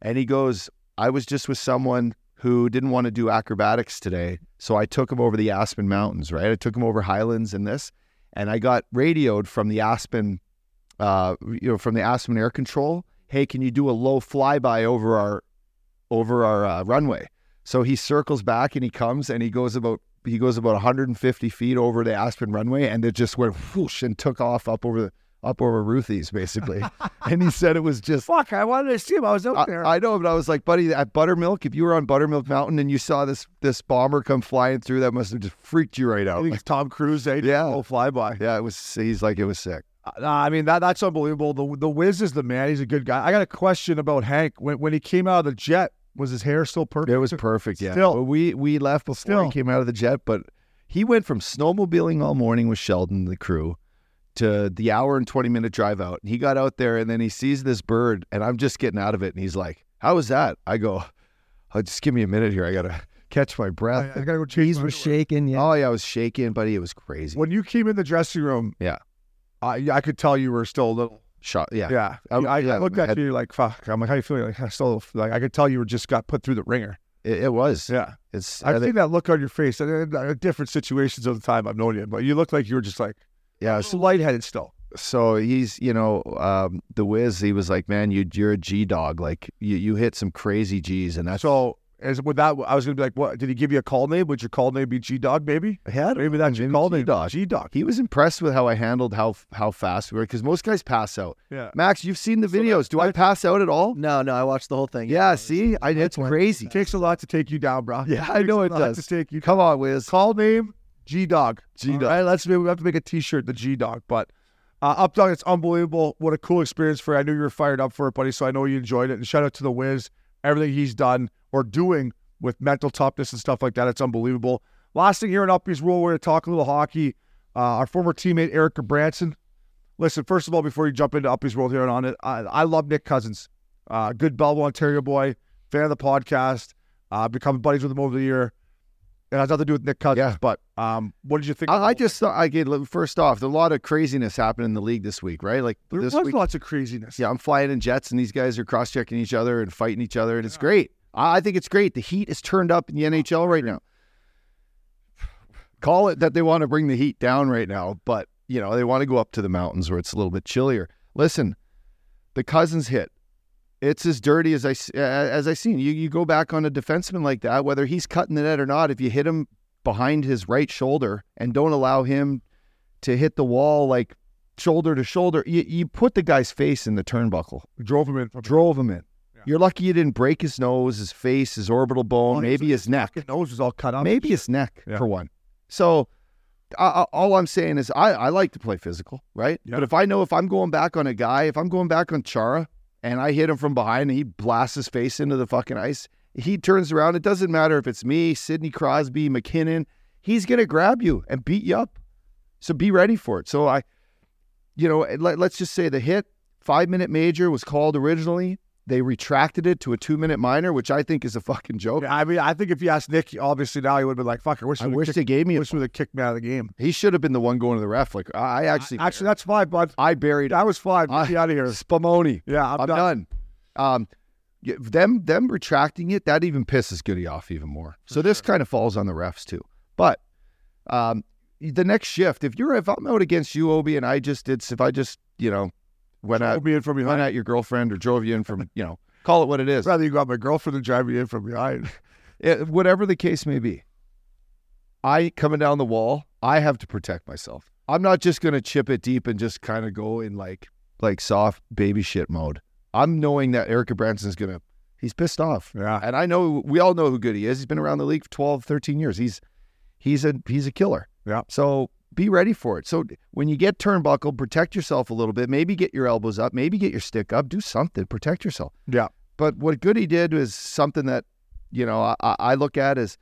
Speaker 9: And he goes, I was just with someone who didn't want to do acrobatics today. So I took him over the Aspen Mountains, right? I took him over Highlands and this. And I got radioed from the Aspen, uh, you know, from the Aspen Air Control. Hey, can you do a low flyby over our over our uh, runway? So he circles back and he comes and he goes about he goes about 150 feet over the Aspen runway and it just went whoosh and took off up over the up over Ruthie's basically. and he said it was just
Speaker 1: Fuck, I wanted to see him. I was up there.
Speaker 9: I, I know, but I was like, buddy, at Buttermilk, if you were on Buttermilk Mountain and you saw this this bomber come flying through, that must have just freaked you right
Speaker 1: I
Speaker 9: out.
Speaker 1: think it's Tom Cruise. Eh?
Speaker 9: Yeah.
Speaker 1: Oh, flyby.
Speaker 9: yeah, it was. He's like, it was sick.
Speaker 1: Uh, Nah, I mean that that's unbelievable. The the Wiz is the man. He's a good guy. I got a question about Hank. When when he came out of the jet, was his hair still purple?
Speaker 9: It was perfect. Yeah,
Speaker 1: Still.
Speaker 9: But we we left before
Speaker 1: Still.
Speaker 9: he came out of the jet, but he went from snowmobiling all morning with Sheldon the crew to the hour and twenty minute drive out. And he got out there and then he sees this bird, and I'm just getting out of it, and he's like, "How was that?" I go, oh, "Just give me a minute here. I gotta catch my breath."
Speaker 1: I, I gotta go change.
Speaker 7: Trees
Speaker 1: my
Speaker 7: were shaking. Yeah.
Speaker 9: Oh yeah, I was shaking, buddy. It was crazy.
Speaker 1: When you came in the dressing room,
Speaker 9: Yeah.
Speaker 1: I I could tell you were still a little.
Speaker 9: Shot. Yeah.
Speaker 1: Yeah,
Speaker 9: I-
Speaker 1: I, I
Speaker 9: yeah,
Speaker 1: looked
Speaker 9: I
Speaker 1: at
Speaker 9: had-
Speaker 1: you like fuck. I'm like, how you feeling? Like I still like I could tell you were just got put through the ringer.
Speaker 9: It, it was.
Speaker 1: Yeah,
Speaker 9: It's I
Speaker 1: I've
Speaker 9: think,
Speaker 1: seen that look on your face in uh, different situations of the time I've known you, but you looked like you were just like
Speaker 9: yeah.
Speaker 1: just
Speaker 9: So,
Speaker 1: lightheaded still.
Speaker 9: so he's you know um, the whiz. He was like, man, you you're a G dog. Like you you hit some crazy G's, and that's
Speaker 1: So as with that, I was gonna be like, what? Did he give you a call name? Would your call name be G Dog? Maybe.
Speaker 9: Yeah, I don't
Speaker 1: Maybe that's your
Speaker 9: Maybe
Speaker 1: call name.
Speaker 9: G-Dog.
Speaker 1: G Dog.
Speaker 9: He was impressed with how I handled how how fast we were because most guys pass out.
Speaker 1: Yeah.
Speaker 9: Max, you've seen the videos. Do I pass out at all?
Speaker 7: No, no, I watched the whole thing.
Speaker 9: Yeah. See, I, it's crazy.
Speaker 1: It takes a lot to take you down, bro.
Speaker 9: Yeah, I know it
Speaker 1: Takes a lot
Speaker 9: does.
Speaker 1: To take you.
Speaker 9: Come on, Wiz.
Speaker 1: Call name G Dog.
Speaker 9: G Dog.
Speaker 1: All right, let's we have to make a T-shirt the G Dog, but. Uh, up dog, it's unbelievable. What a cool experience for you. I knew you were fired up for it, buddy. So I know you enjoyed it. And shout out to the Wiz, everything he's done or doing with mental toughness and stuff like that. It's unbelievable. Last thing here in Uppies Rule, we're going to talk a little hockey. Uh, our former teammate Erica Branson. Listen, first of all, before you jump into Uppies World here and on it, I, I love Nick Cousins. Uh, good Belleville, Ontario boy, fan of the podcast. Uh, become buddies with him over the year. It has nothing to do with Nick Cousins.
Speaker 9: Yeah.
Speaker 1: But um, what did you think?
Speaker 9: I, I just thought I get first off, there's a lot of craziness happening in the league this week, right? Like
Speaker 1: there
Speaker 9: this
Speaker 1: was
Speaker 9: week,
Speaker 1: lots of craziness.
Speaker 9: yeah, I'm flying in jets, and these guys are cross checking each other and fighting each other, and it's great. I, I think it's great. The heat is turned up in the NHL right now. Call it that they want to bring the heat down right now, but you know they want to go up to the mountains where it's a little bit chillier. Listen, the Cousins hit. It's as dirty as I s- a- as I seen. You you go back on a defenseman like that, whether he's cutting the net or not. If you hit him behind his right shoulder and don't allow him to hit the wall like shoulder to shoulder, you, you put the guy's face in the turnbuckle,
Speaker 1: Drove him in from
Speaker 9: drove him in. You're lucky you didn't break his nose, his face, his orbital bone,
Speaker 1: Oh, he was-
Speaker 9: maybe his neck,
Speaker 1: his nose was all cut up.
Speaker 9: Uh, maybe his neck
Speaker 1: Yeah.
Speaker 9: for one. So. I, I- all I'm saying is I, I like to play physical, right?
Speaker 1: Yeah.
Speaker 9: But if I know if I'm going back on a guy, if I'm going back on Chara and I hit him from behind and he blasts his face into the fucking ice, he turns around. It doesn't matter if it's me, Sidney Crosby, McKinnon. He's going to grab you and beat you up. So be ready for it. So I, you know, let, let's just say the hit five minute major was called originally. They retracted it to a two minute minor, which I think is a fucking joke.
Speaker 1: Yeah, I mean, I think if you asked Nick, obviously now he would have been like, "Fuck, I wish
Speaker 9: I
Speaker 1: would've
Speaker 9: wish
Speaker 1: kicked,
Speaker 9: they gave me. A,
Speaker 1: wish would have kicked me out of the game."
Speaker 9: he should have been the one going to the ref. Like I I actually,
Speaker 1: Actually, that's five, bud.
Speaker 9: I buried
Speaker 1: That was five.
Speaker 9: I-
Speaker 1: Get out of here.
Speaker 9: Spumoni.
Speaker 1: Yeah, I'm,
Speaker 9: I'm,
Speaker 1: done.
Speaker 9: done. Um, y- them them retracting it that even pisses Goody off even more. So this kind of falls on the refs too. But um, the next shift, if you're if I'm out against you, Obi, and I just did, if I just you know went
Speaker 1: Drove
Speaker 9: out
Speaker 1: me in from
Speaker 9: went
Speaker 1: behind.
Speaker 9: at your girlfriend or drove you in from you know call it what it is,
Speaker 1: I'd rather you got my girlfriend than drive me in from behind.
Speaker 9: It- Eh, whatever the case may be. I coming down the wall, I have to protect myself. I'm not just gonna chip it deep and just kind of go in like like soft baby shit mode. I'm knowing that Erica Branson's gonna he's pissed off.
Speaker 1: Yeah.
Speaker 9: And I know we all know who good he is. He's been around the league for 12, 13 years. He's he's a he's a killer.
Speaker 1: Yeah.
Speaker 9: So be ready for it. So when you get turnbuckled, protect yourself a little bit. Maybe get your elbows up. Maybe get your stick up. Do something. Protect yourself.
Speaker 1: Yeah.
Speaker 9: But what Goody did is something that you know I, I I look at as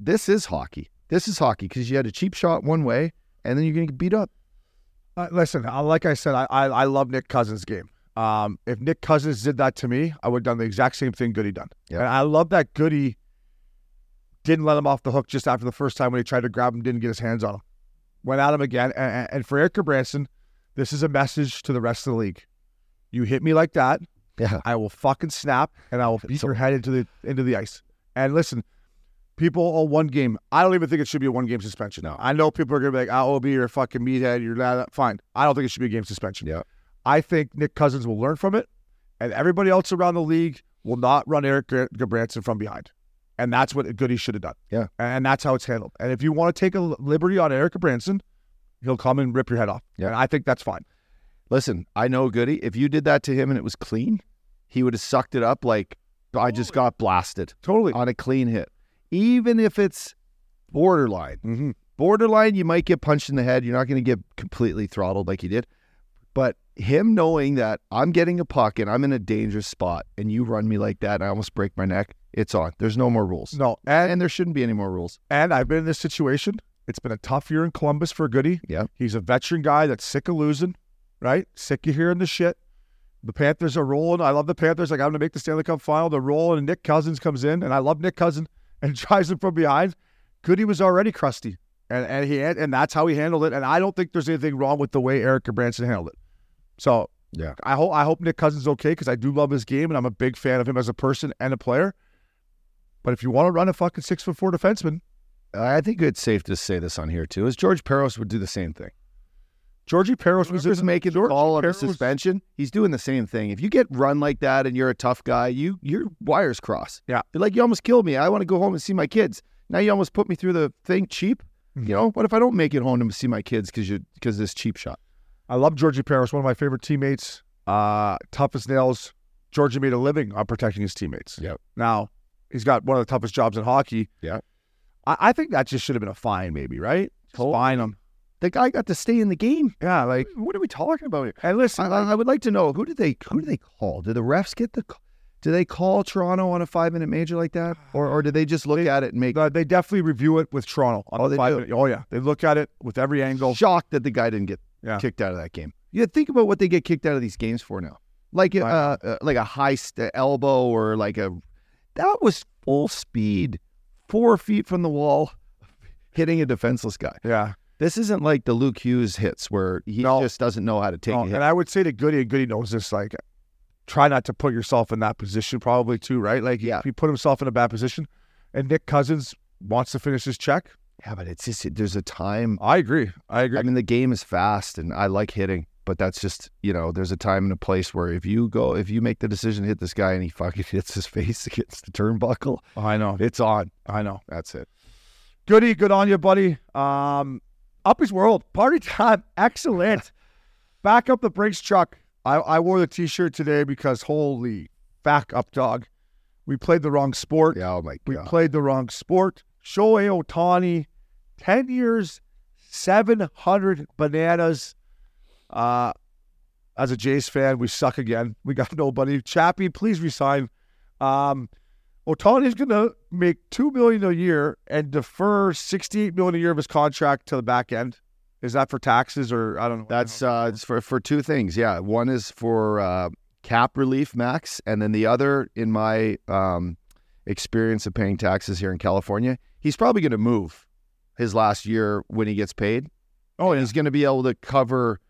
Speaker 9: this is hockey. This is hockey because you had a cheap shot one way and then you're going to get beat up.
Speaker 1: Uh, listen, uh, like I said, I, I I love Nick Cousins' game. Um, if Nick Cousins did that to me, I would have done the exact same thing Goody done.
Speaker 9: Yeah.
Speaker 1: And I love that Goody didn't let him off the hook just after the first time when he tried to grab him, didn't get his hands on him. Went at him again. And, and- and for Eric Branson, this is a message to the rest of the league. You hit me like that,
Speaker 9: Yeah.
Speaker 1: I will fucking snap and I will beat your head into the into the ice. And listen, people all one game. I don't even think it should be a one game suspension.
Speaker 9: No.
Speaker 1: I know people are gonna be like, "Oh, OB, you're a fucking meathead. You're not fine." I don't think it should be a game suspension.
Speaker 9: Yeah.
Speaker 1: I think Nick Cousins will learn from it, and everybody else around the league will not run Eric Gra- Gabranson from behind. And that's what Goody should have done.
Speaker 9: Yeah.
Speaker 1: And and that's how it's handled. And if you want to take a liberty on Eric Branson, he'll come and rip your head off.
Speaker 9: Yeah.
Speaker 1: And I think that's fine.
Speaker 9: Listen, I know Goody. If you did that to him and it was clean, he would have sucked it up like I just got blasted
Speaker 1: Totally.
Speaker 9: on a clean hit. Even if it's borderline,
Speaker 1: mm-hmm.
Speaker 9: borderline, you might get punched in the head. You're not going to get completely throttled like he did. But him knowing that I'm getting a puck and I'm in a dangerous spot and you run me like that and I almost break my neck, it's on. There's no more rules.
Speaker 1: No. And
Speaker 9: And there shouldn't be any more rules.
Speaker 1: And I've been in this situation. It's been a tough year in Columbus for Goody.
Speaker 9: Yeah.
Speaker 1: He's a veteran guy that's sick of losing, right? Sick of hearing the shit. The Panthers are rolling. I love the Panthers. Like, I'm going to make the Stanley Cup final. They're rolling, and Nick Cousins comes in, and I love Nick Cousins and drives him from behind. Goody was already crusty, and and he had- and that's how he handled it. And I don't think there's anything wrong with the way Eric Branson handled it. So
Speaker 9: Yeah.
Speaker 1: I hope I hope Nick Cousins is okay because I do love his game, and I'm a big fan of him as a person and a player. But if you want to run a fucking six foot four defenseman,
Speaker 9: I think it's safe to say this on here too. Is George Peros would do the same thing.
Speaker 1: Georgie Peros was
Speaker 9: Whoever's
Speaker 1: in
Speaker 9: making the
Speaker 1: Georgie
Speaker 9: call on a
Speaker 1: Peros-
Speaker 9: suspension, he's doing the same thing. If you get run like that and you're a tough guy, you your wires cross.
Speaker 1: Yeah.
Speaker 9: You're like you almost killed me. I want to go home and see my kids. Now you almost put me through the thing cheap. You know what if I don't make it home to see my kids because you because this cheap shot?
Speaker 1: I love Georgie Peros, one of my favorite teammates. Uh, tough as nails. Georgie made a living on protecting his teammates.
Speaker 9: Yep.
Speaker 1: Now he's got one of the toughest jobs in hockey.
Speaker 9: Yeah.
Speaker 1: I, I think that just should have been a fine, maybe, right? Just fine him.
Speaker 9: The guy got to stay in the game.
Speaker 1: Yeah, like
Speaker 9: What are we talking about here?
Speaker 1: and listen,
Speaker 9: I, I- I would like to know who did they who do they call? Did the refs get the? c- Do they call Toronto on a five minute major like that, or or do they just look at it and make?
Speaker 1: uh, they definitely review it with Toronto. On
Speaker 9: Oh,
Speaker 1: the
Speaker 9: they
Speaker 1: five
Speaker 9: do?
Speaker 1: minute- oh yeah, they look at it with every angle.
Speaker 9: shocked that the guy didn't get
Speaker 1: Yeah.
Speaker 9: kicked out of that game. Yeah, think about what they get kicked out of these games for now. Like uh,
Speaker 1: Right.
Speaker 9: uh, like a high st- elbow or like a that was full speed, four feet from the wall, hitting a defenseless guy.
Speaker 1: Yeah.
Speaker 9: This isn't like the Luke Hughes hits where he
Speaker 1: No.
Speaker 9: just doesn't know how to take
Speaker 1: No,
Speaker 9: a hit.
Speaker 1: Oh, and I would say to Goody, and Goody knows this, like, try not to put yourself in that position, probably, too, right? Like,
Speaker 9: Yeah.
Speaker 1: if he put himself in a bad position, and Nick Cousins wants to finish his check,
Speaker 9: yeah, but it's just there's a time.
Speaker 1: I agree. I agree.
Speaker 9: I mean, the game is fast, and I like hitting, but that's just you know, there's a time and a place where if you go, if you make the decision to hit this guy and he fucking hits his face against the turnbuckle,
Speaker 1: I know.
Speaker 9: it's on.
Speaker 1: I know.
Speaker 9: That's it.
Speaker 1: Goody, good on you, buddy. Um, up his world, party time, excellent. Back up the brakes, truck. I, I wore the T-shirt today because holy back up, dog. We played the wrong sport.
Speaker 9: Yeah, oh my
Speaker 1: We
Speaker 9: god.
Speaker 1: played the wrong sport. Shohei Otani, 10 years, 700 bananas. Uh, as a Jays fan, we suck again. We got nobody. Chappie, please resign. Um, Otani's going to make $2 million a year and defer $68 million a year of his contract to the back end. Is that for taxes or I don't know?
Speaker 9: That's uh, it's for for two things. Yeah, one is for uh, cap relief, max, and then the other, in my um, experience of paying taxes here in California, he's probably going to move his last year when he gets paid. Oh, and he's going to be able to cover,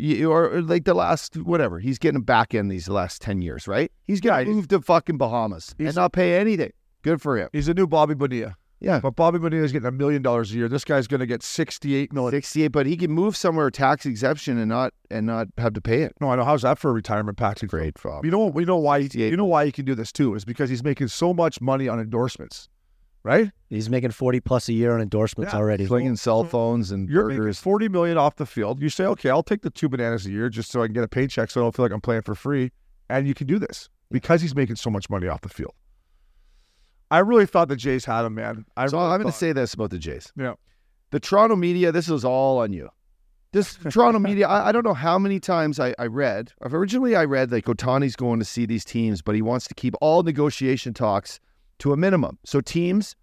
Speaker 9: y- or or like the last whatever he's getting back in these last ten years, right? He's going to move to fucking Bahamas and not pay anything. Good for him.
Speaker 1: He's a new Bobby Bonilla.
Speaker 9: Yeah.
Speaker 1: But Bobby Bonilla is getting a million dollars a year. This guy's going to get $68 million.
Speaker 9: 68 but he can move somewhere tax exemption and not and not have to pay it
Speaker 1: No, I know. How's that for a retirement package?
Speaker 9: great Bob.
Speaker 1: You know what? You know why? He,
Speaker 9: 68.
Speaker 1: you know why he can do this too is because he's making so much money on endorsements, right?
Speaker 7: He's making 40 plus a year on endorsements
Speaker 1: Yeah.
Speaker 7: already.
Speaker 9: slinging cell phones and
Speaker 1: Mm-hmm. You're making
Speaker 9: burgers.
Speaker 1: forty million off the field. You say, okay, I'll take the two bananas a year just so I can get a paycheck, so I don't feel like I'm playing for free. And you can do this because he's making so much money off the field. I really thought the Jays had him, man. I
Speaker 9: so
Speaker 1: really
Speaker 9: I'm going
Speaker 1: thought-
Speaker 9: to say this about the Jays.
Speaker 1: Yeah.
Speaker 9: The Toronto media, this is all on you. This Toronto media, I, I don't know how many times I, I read. Originally, I read like Otani's going to see these teams, but he wants to keep all negotiation talks to a minimum. So teams,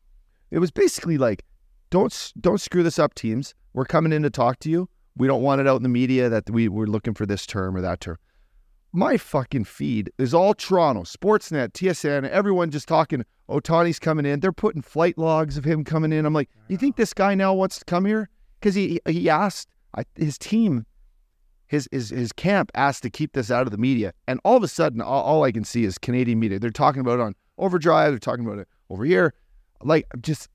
Speaker 9: it was basically like, don't s- don't screw this up, teams. We're coming in to talk to you. We don't want it out in the media that we we're looking for this term or that term. My fucking feed is all Toronto, Sportsnet, TSN, everyone just talking. Otani's coming in. They're putting flight logs of him coming in. I'm like, you think this guy now wants to come here? Because he he asked I, his team, his his his camp asked to keep this out of the media, and all of a sudden, all, all I can see is Canadian media. They're talking about it on Overdrive. They're talking about it over here. Like, I'm just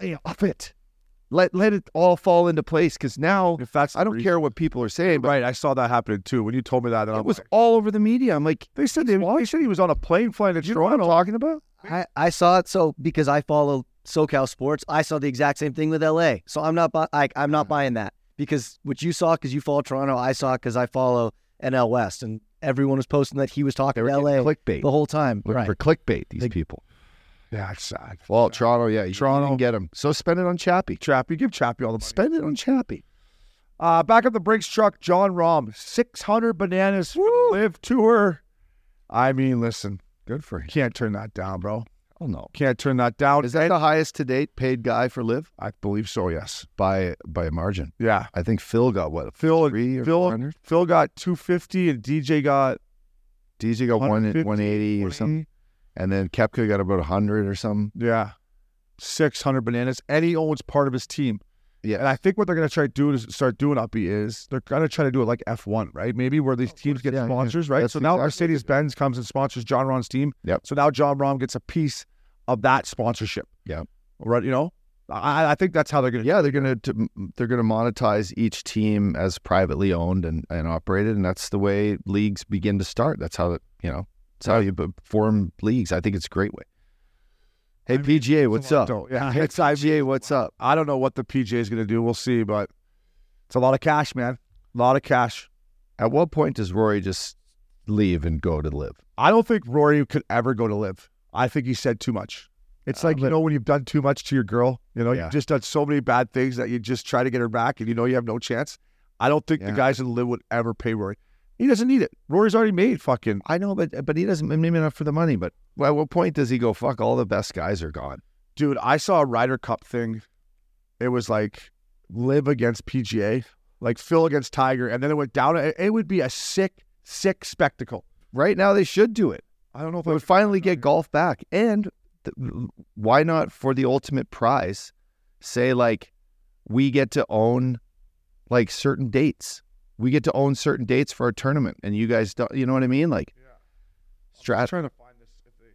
Speaker 9: lay off it. Let let it all fall into place. Because now
Speaker 1: if that's
Speaker 9: I don't care what people are saying, but
Speaker 1: Right, I saw that happening too when you told me that. And
Speaker 9: it
Speaker 1: I'm
Speaker 9: was
Speaker 1: like,
Speaker 9: all over the media. I'm like,
Speaker 1: they said they, they said he was on a plane flying to
Speaker 9: you know what I'm
Speaker 1: Toronto.
Speaker 9: talking about?
Speaker 7: I, I saw it so because I follow SoCal sports. I saw the exact same thing with LA. So I'm not bu- I, I'm not buying that because what you saw because you follow Toronto, I saw because I follow NL West, and everyone was posting that he was talking to LA
Speaker 9: clickbait.
Speaker 7: the whole time.
Speaker 9: Look
Speaker 7: right.
Speaker 9: for clickbait. These
Speaker 7: Like-
Speaker 9: people.
Speaker 1: Yeah, it's sad.
Speaker 9: Well, Toronto, yeah, you
Speaker 1: Toronto.
Speaker 9: Toronto get him. So spend it on Chappie.
Speaker 1: Chappie, give Chappie all the money.
Speaker 9: Spend it on Chappie.
Speaker 1: Uh, back up the brakes truck, John Rom, 600 bananas for the live tour. I mean, listen,
Speaker 9: Good for him.
Speaker 1: can't turn that down, bro.
Speaker 9: Oh no.
Speaker 1: Can't turn that down.
Speaker 9: Is that the highest to date paid guy for Live
Speaker 1: I believe so, yes.
Speaker 9: by by a margin?
Speaker 1: Yeah.
Speaker 9: I think Phil got what
Speaker 1: Phil and
Speaker 9: three or
Speaker 1: Phil-
Speaker 9: four hundred.
Speaker 1: Phil got 250 and DJ got
Speaker 9: DJ got one
Speaker 1: 150,
Speaker 9: one eighty or something, and then Kepka got about hundred or something.
Speaker 1: yeah, 600 bananas, and he owns part of his team.
Speaker 9: Yeah.
Speaker 1: And I think what they're going to try to do is start doing uppy is they're going to try to do it like F1, right? Maybe where these teams get
Speaker 9: yeah, yeah.
Speaker 1: sponsors, right?
Speaker 9: That's
Speaker 1: so now
Speaker 9: exactly what
Speaker 1: Mercedes Benz comes and sponsors John Ron's team.
Speaker 9: Yep.
Speaker 1: So now John Ron gets a piece of that sponsorship.
Speaker 9: Yep.
Speaker 1: Right. You know, I, I think that's how they're going to.
Speaker 9: Yeah, they're gonna to, they're gonna monetize each team as privately owned and, and operated, and that's the way leagues begin to start. That's how it, you know that's how you b- form leagues. I think it's a great way. Hey PGA, what's up?
Speaker 1: So, yeah.
Speaker 9: Hey
Speaker 1: It's, I,
Speaker 9: PGA, what's up?
Speaker 1: I don't know what the PJ is going to do. We'll see, but it's a lot of cash, man. A lot of cash.
Speaker 9: At what point does Rory just leave and go to live?
Speaker 1: I don't think Rory could ever go to live. I think he said too much. It's like, you know, when you've done too much to your girl, you know,
Speaker 9: Uh, Yeah.
Speaker 1: you've just done so many bad things that you just try to get her back and you know you have no chance. I don't think the
Speaker 9: Yeah.
Speaker 1: guys in live would ever pay Rory. He doesn't need it. Rory's already made fucking.
Speaker 9: I know, but but he doesn't maybe not for the money. But at what point does he go? Fuck! All the best guys are gone.
Speaker 1: Dude, I saw a Ryder Cup thing. It was like live against PGA, like Phil against Tiger. And then it went down. It, it would be a sick, sick spectacle.
Speaker 9: Right now, they should do it.
Speaker 1: I don't know if
Speaker 9: They would finally get golf back, and th- why not for the ultimate prize? say like we get to own like certain dates. We get to own certain dates for our tournament, and you guys don't. You know what I mean? Like, strat.
Speaker 1: trying to find this. If they,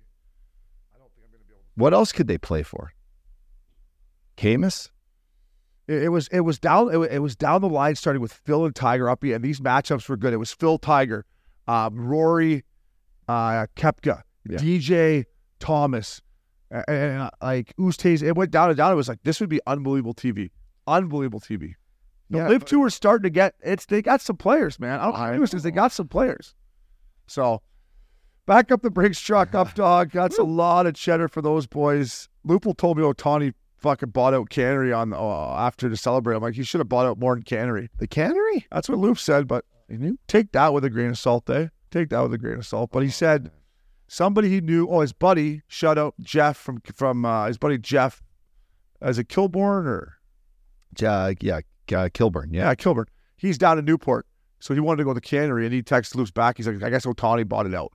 Speaker 9: What else could they play for? Camus.
Speaker 1: It, it was it was down it, wa- it was down the line starting with Phil and Tiger up and these matchups were good. It was Phil Tiger, um, Rory, uh, Kepka,
Speaker 9: Yeah.
Speaker 1: DJ Thomas, and, and uh, like Ustaz. It went down and down. It was like this would be unbelievable TV, unbelievable TV. The
Speaker 9: Yeah,
Speaker 1: Live Tour is starting to get it's they got some players, man. I don't
Speaker 9: I
Speaker 1: know they got some players. So back up the brakes truck, up dog. That's a lot of cheddar for those boys. Lupul told me Otani fucking bought out Cannery on the, uh, after to celebrate. I'm like, he should have bought out more than Cannery.
Speaker 9: The cannery.
Speaker 1: That's what Loop said, but you take that with a grain of salt, eh? Take that with a grain of salt. But he said somebody he knew, oh, his buddy, shout out Jeff from from uh, his buddy Jeff, as a Kilborn or
Speaker 9: Uh, yeah, uh, Kilburn. Yeah.
Speaker 1: yeah, Kilburn. He's down in Newport. So he wanted to go to the cannery and he texts Luke's back. He's like, I guess Otani bought it out.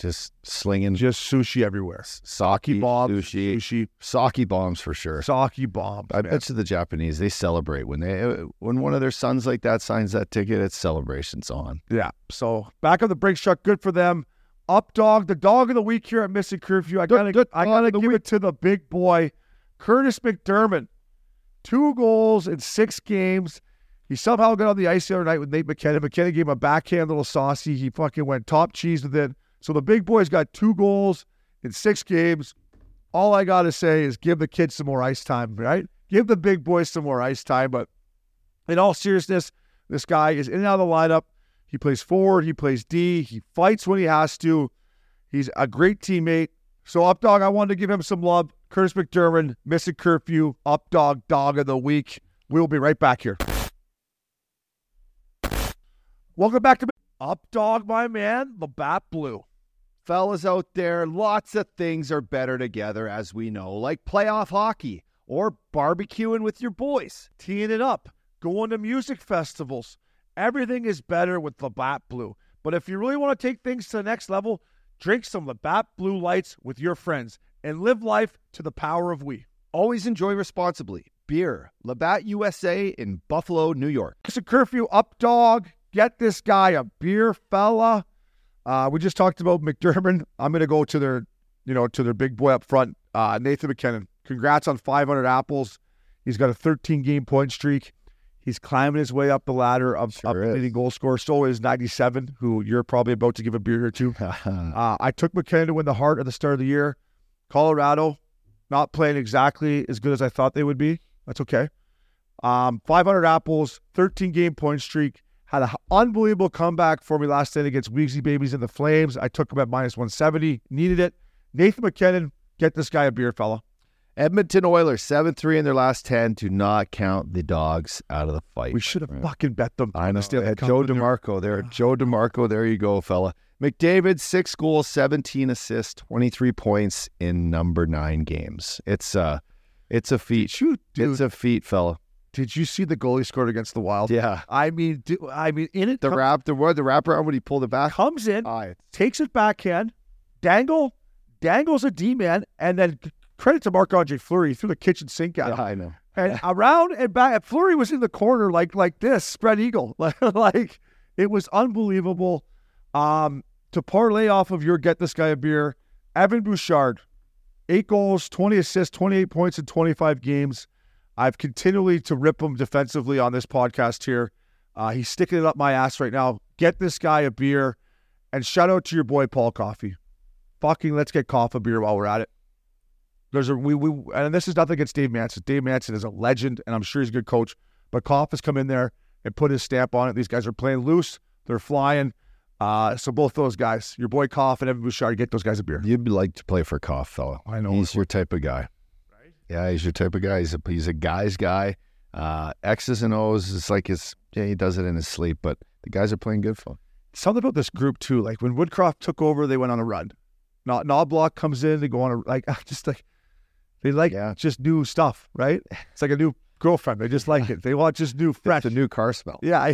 Speaker 9: just slinging
Speaker 1: Just sushi everywhere.
Speaker 9: sake
Speaker 1: Saki bombs,
Speaker 9: sushi,
Speaker 1: sushi,
Speaker 9: sake bombs for sure.
Speaker 1: saki bombs.
Speaker 9: I
Speaker 1: man.
Speaker 9: bet you the Japanese they celebrate when they uh, when one of their sons like that signs that ticket. It's celebrations on.
Speaker 1: Yeah. So back on the break truck. Good for them. Up dog, the dog of the week here at Missing Curfew. I gotta, I gotta give it to the big boy, Curtis McDermott. Two goals in six games. He somehow got on the ice the other night with Nate McKenna. McKenna gave him a backhand little saucy. He fucking went top cheese with it. So the big boy's got two goals in six games. All I gotta say is give the kid some more ice time, right? Give the big boy some more ice time. But in all seriousness, this guy is in and out of the lineup. He plays forward. He plays D. He fights when he has to. He's a great teammate. So, Updog, I wanted to give him some love. Curtis McDermott, missing curfew, Updog, dog of the week. We'll be right back here. Welcome back to Updog, my man, the Bat Blue.
Speaker 2: Fellas out there, lots of things are better together, as we know, like playoff hockey or barbecuing with your boys.
Speaker 1: teeing it up, going to music festivals. Everything is better with Labatt Blue. But if you really want to take things to the next level, drink some Labatt Blue Lights with your friends and live life to the power of we.
Speaker 2: Always enjoy responsibly. Beer, Labatt USA in Buffalo, New York.
Speaker 1: It's a curfew up dog. Get this guy a beer, fella. Uh, we just talked about McDermott. I'm going to go to their, you know, to their big boy up front, uh, Nathan McKinnon. Congrats on 500 apples. He's got a 13 game point streak. He's climbing his way up the ladder of
Speaker 9: Sure
Speaker 1: up the
Speaker 9: is.
Speaker 1: leading goal scorer. So is 97, who you're probably about to give a beer or two. Uh, I took McKinnon to win the heart at the start of the year. Colorado not playing exactly as good as I thought they would be. That's okay. Um, 500 apples, 13 game point streak. Had an unbelievable comeback for me last night against Weeksy Babies and the Flames. I took him at minus 170. Needed it. Nathan McKinnon, get this guy a beer, fella.
Speaker 9: Edmonton Oilers seven three in their last ten. Do not count the dogs out of the fight.
Speaker 1: We should have fucking bet them.
Speaker 9: I know.
Speaker 1: Stanley
Speaker 9: Yeah,
Speaker 1: Cup
Speaker 9: Joe
Speaker 1: in there.
Speaker 9: DeMarco there. Joe DeMarco, there you go, fella. McDavid, six goals, 17 assists, 23 points in number nine games. It's uh it's a feat.
Speaker 1: Shoot,
Speaker 9: It's
Speaker 1: dude.
Speaker 9: a feat, fella.
Speaker 1: Did you see the goal he scored against the Wild?
Speaker 9: Yeah.
Speaker 1: I mean, do, I mean, in it
Speaker 9: The
Speaker 1: com-
Speaker 9: wrap the what the wraparound when he pulled it back.
Speaker 1: comes in,
Speaker 9: Ah, it's-
Speaker 1: takes it backhand, dangle, dangles a D man, and then c- credit to Marc Andre Fleury he threw the kitchen sink at
Speaker 9: yeah,
Speaker 1: him.
Speaker 9: I know.
Speaker 1: and around and back. Flurry was in the corner like like this, spread eagle, like, like it was unbelievable. Um, to parlay off of your get this guy a beer, Evan Bouchard, eight goals, twenty assists, twenty eight points in twenty five games. I've continually to rip him defensively on this podcast here. Uh, he's sticking it up my ass right now. Get this guy a beer, and shout out to your boy Paul Coffee. Fucking let's get Coff a beer while we're at it. There's a we we and this is nothing against Dave Manson. Dave Manson is a legend, and I'm sure he's a good coach. But Koff has come in there and put his stamp on it. These guys are playing loose. They're flying. Uh, so both those guys, your boy Koff and Evan Bouchard, get those guys a beer.
Speaker 9: You'd like to play for Koff, fella.
Speaker 1: I know.
Speaker 9: He's your type of guy. Yeah, he's your type of guy. He's a he's a guy's guy. Uh X's and O's is like his yeah, he does it in his sleep, but the guys are playing good for him.
Speaker 1: Something about this group too. Like when Woodcroft took over, they went on a run. Not Knobloch comes in, they go on a like just like they like
Speaker 9: Yeah.
Speaker 1: just new stuff, right? It's like a new girlfriend. They just like it. They want just new fresh.
Speaker 9: It's a new car smell.
Speaker 1: yeah.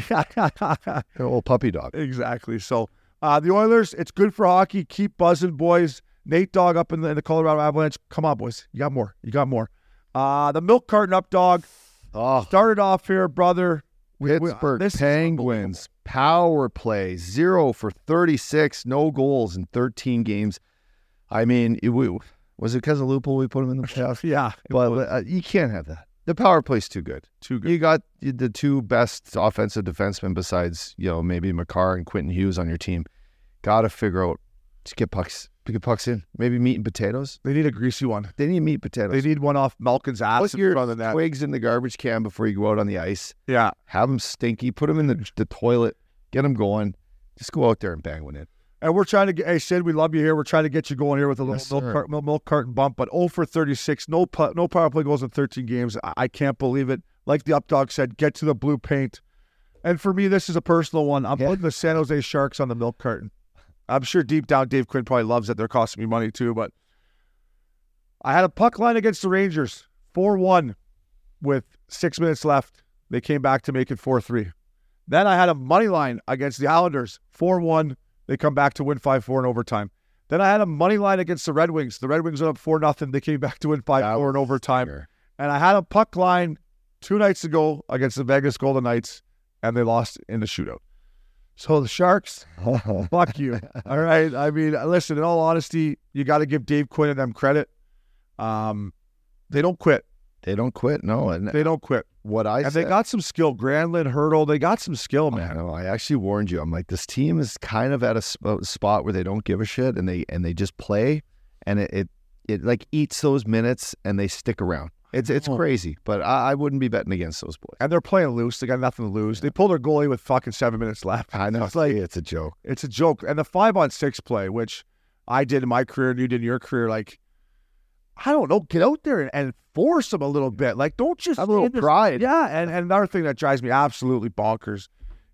Speaker 9: An old puppy dog.
Speaker 1: Exactly. So uh, the Oilers, it's good for hockey. Keep buzzing, boys. Nate Dog up in the, in the Colorado Avalanche. Come on, boys. You got more. You got more. Uh, the milk carton up dog
Speaker 9: Oh,
Speaker 1: started off here, brother. We- we-
Speaker 9: Pittsburgh
Speaker 1: this is
Speaker 9: Penguins power play zero for thirty six, no goals in thirteen games. I mean, it, we, was it because of loophole we put him in the playoffs?
Speaker 1: Yeah.
Speaker 9: but uh, you can't have that. The power play's too good. Too good. You got the two best offensive defensemen besides you know maybe McCarr and Quentin Hughes on your team. Got to figure out just get pucks, get pucks in. Maybe meat and potatoes.
Speaker 1: They need a greasy one.
Speaker 9: They need meat and potatoes.
Speaker 1: They need one off Malkin's ass
Speaker 9: Put
Speaker 1: in
Speaker 9: your
Speaker 1: front of that.
Speaker 9: twigs in the garbage can before you go out on the ice.
Speaker 1: Yeah.
Speaker 9: Have them stinky. Put them in the, the toilet. Get them going. Just go out there and bang one in.
Speaker 1: And we're trying to get, hey, Sid, we love you here. We're trying to get you going here with a little
Speaker 9: Yes,
Speaker 1: milk,
Speaker 9: sir.
Speaker 1: cart, milk, milk carton bump, but 0 for 36. No pu- no power play goals in 13 games. I, I can't believe it. Like the updog said, get to the blue paint. And for me, this is a personal one. I'm
Speaker 9: Yeah.
Speaker 1: putting the San Jose Sharks on the milk carton. I'm sure deep down Dave Quinn probably loves that they're costing me money too, but I had a puck line against the Rangers, 4 1 with six minutes left. They came back to make it 4 3. Then I had a money line against the Islanders, 4 1. They come back to win 5 4 in overtime. Then I had a money line against the Red Wings. The Red Wings went up 4 0. They came back to win 5 4 in overtime.
Speaker 9: fair.
Speaker 1: And I had a puck line two nights ago against the Vegas Golden Knights, and they lost in the shootout. So the Sharks, fuck you. All right. I mean, listen, in all honesty, you got to give Dave Quinn and them credit. Um, they don't quit.
Speaker 9: They don't quit. No, and
Speaker 1: They don't quit.
Speaker 9: what I
Speaker 1: And
Speaker 9: said,
Speaker 1: they got some skill. Granlund, Hurdle, they got some skill, man.
Speaker 9: I, know, I actually warned you. I'm like, this team is kind of at a sp- spot where they don't give a shit, and they and they just play, and it it, it like eats those minutes, and they stick around. It's it's
Speaker 1: Oh.
Speaker 9: crazy, but I, I wouldn't be betting against those boys.
Speaker 1: and they're playing loose. They got nothing to lose. They pulled their goalie with fucking seven minutes left.
Speaker 9: I know
Speaker 1: It's like
Speaker 9: it's a joke.
Speaker 1: it's a joke. And the five on six play, which I did in my career and you did in your career, like I don't know, get out there and, and force them a little bit. Like don't just
Speaker 9: Have a little
Speaker 1: stand there-
Speaker 9: pride.
Speaker 1: Yeah, and, and another thing that drives me absolutely bonkers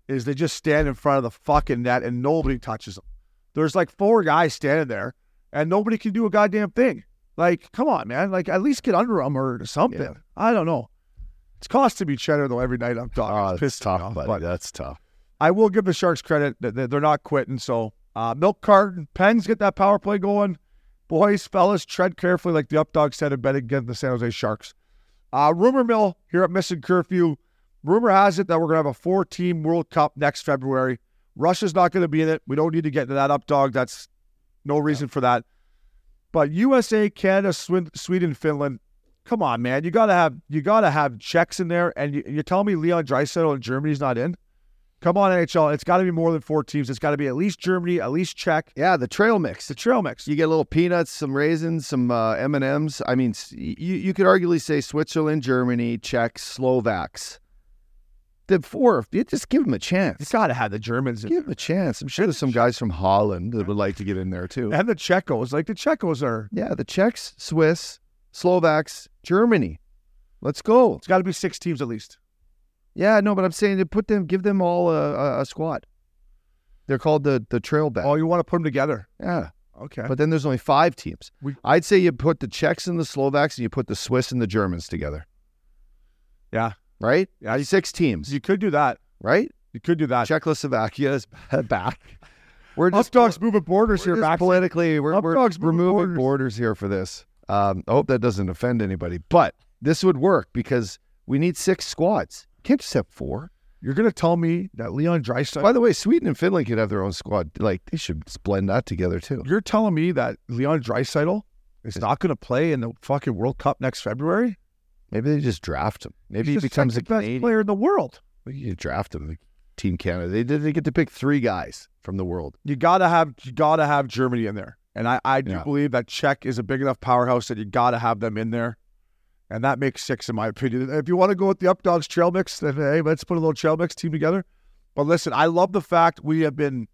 Speaker 1: is they just stand in front of the fucking net and nobody touches them. There's like four guys standing there and nobody can do a goddamn thing. Like, come on, man. Like, at least get under them or something.
Speaker 9: Yeah.
Speaker 1: I don't know. It's costing me cheddar though every night I'm talking.
Speaker 9: Oh,
Speaker 1: it's
Speaker 9: that's
Speaker 1: pissed me
Speaker 9: tough,
Speaker 1: off,
Speaker 9: buddy.
Speaker 1: but-
Speaker 9: That's tough.
Speaker 1: I will give the Sharks credit that that they're not quitting. So uh, milk carton, Pens get that power play going. Boys, fellas, tread carefully, like the updog said, and bet against the San Jose Sharks. Uh, rumor mill here at Missing Curfew. Rumor has it that we're going to have a four-team World Cup next February. Russia's not going to be in it. We don't need to get into that updog. That's no reason for that. But USA, Canada, Swin- Sweden, Finland. Come on, man. You gotta have you gotta have checks in there. And you, you're telling me Leon Draisaitl and Germany's not in? Come on, NHL. It's got to be more than four teams. It's got to be at least Germany, at least Czech.
Speaker 9: Yeah, the trail mix.
Speaker 1: It's a trail mix.
Speaker 9: You get a little peanuts, some raisins, some uh, M and M's. I mean, s- you you could arguably say Switzerland, Germany, Czech, Slovaks. The four, you just give them a
Speaker 1: You
Speaker 9: chance.
Speaker 1: got to have the Germans in
Speaker 9: Give them a chance. I'm sure there's some guys from Holland that would like to get in there too.
Speaker 1: and the Checos. Like the Checos are.
Speaker 9: Yeah, the Czechs, Swiss, Slovaks, Germany. Let's go.
Speaker 1: It's got to be six teams at least.
Speaker 9: Yeah, no, but I'm saying to put them, give them all a, a, a squad. They're called the the Trailback.
Speaker 1: Oh, you want to put them together?
Speaker 9: yeah.
Speaker 1: Okay.
Speaker 9: But then there's only five teams.
Speaker 1: We-
Speaker 9: I'd say you put the Czechs and the Slovaks and you put the Swiss and the Germans together.
Speaker 1: Yeah.
Speaker 9: Right?
Speaker 1: Yeah, you-
Speaker 9: Six teams,
Speaker 1: you could do that.
Speaker 9: right?
Speaker 1: You could do that.
Speaker 9: Czechoslovakia is back. We're
Speaker 1: Up
Speaker 9: just,
Speaker 1: dogs moving borders here,
Speaker 9: we're just
Speaker 1: back.
Speaker 9: politically, we're,
Speaker 1: Up
Speaker 9: we're
Speaker 1: dogs moving
Speaker 9: removing
Speaker 1: borders.
Speaker 9: borders. here for this. Um, I hope that doesn't offend anybody, but this would work because we need six squads. Can't just have four.
Speaker 1: You're gonna tell me that Leon Draisaitl.
Speaker 9: By the way, Sweden and Finland could have their own squad. Like they should blend that together too.
Speaker 1: You're telling me that Leon Draisaitl is
Speaker 9: Is-
Speaker 1: not gonna play in the fucking World Cup next February?
Speaker 9: Maybe they just draft him. Maybe
Speaker 1: He's
Speaker 9: he
Speaker 1: the
Speaker 9: becomes a
Speaker 1: second best
Speaker 9: Canadian.
Speaker 1: player in the world.
Speaker 9: Well, You draft them, Team Canada. They did. They get to pick three guys from the world.
Speaker 1: You gotta have you gotta have Germany in there, and I I do
Speaker 9: Yeah.
Speaker 1: believe that Czech is a big enough powerhouse that you gotta have them in there, and that makes six in my opinion. If you want to go with the Updogs trail mix, then hey, let's put a little trail mix team together. But listen, I love the fact we have been,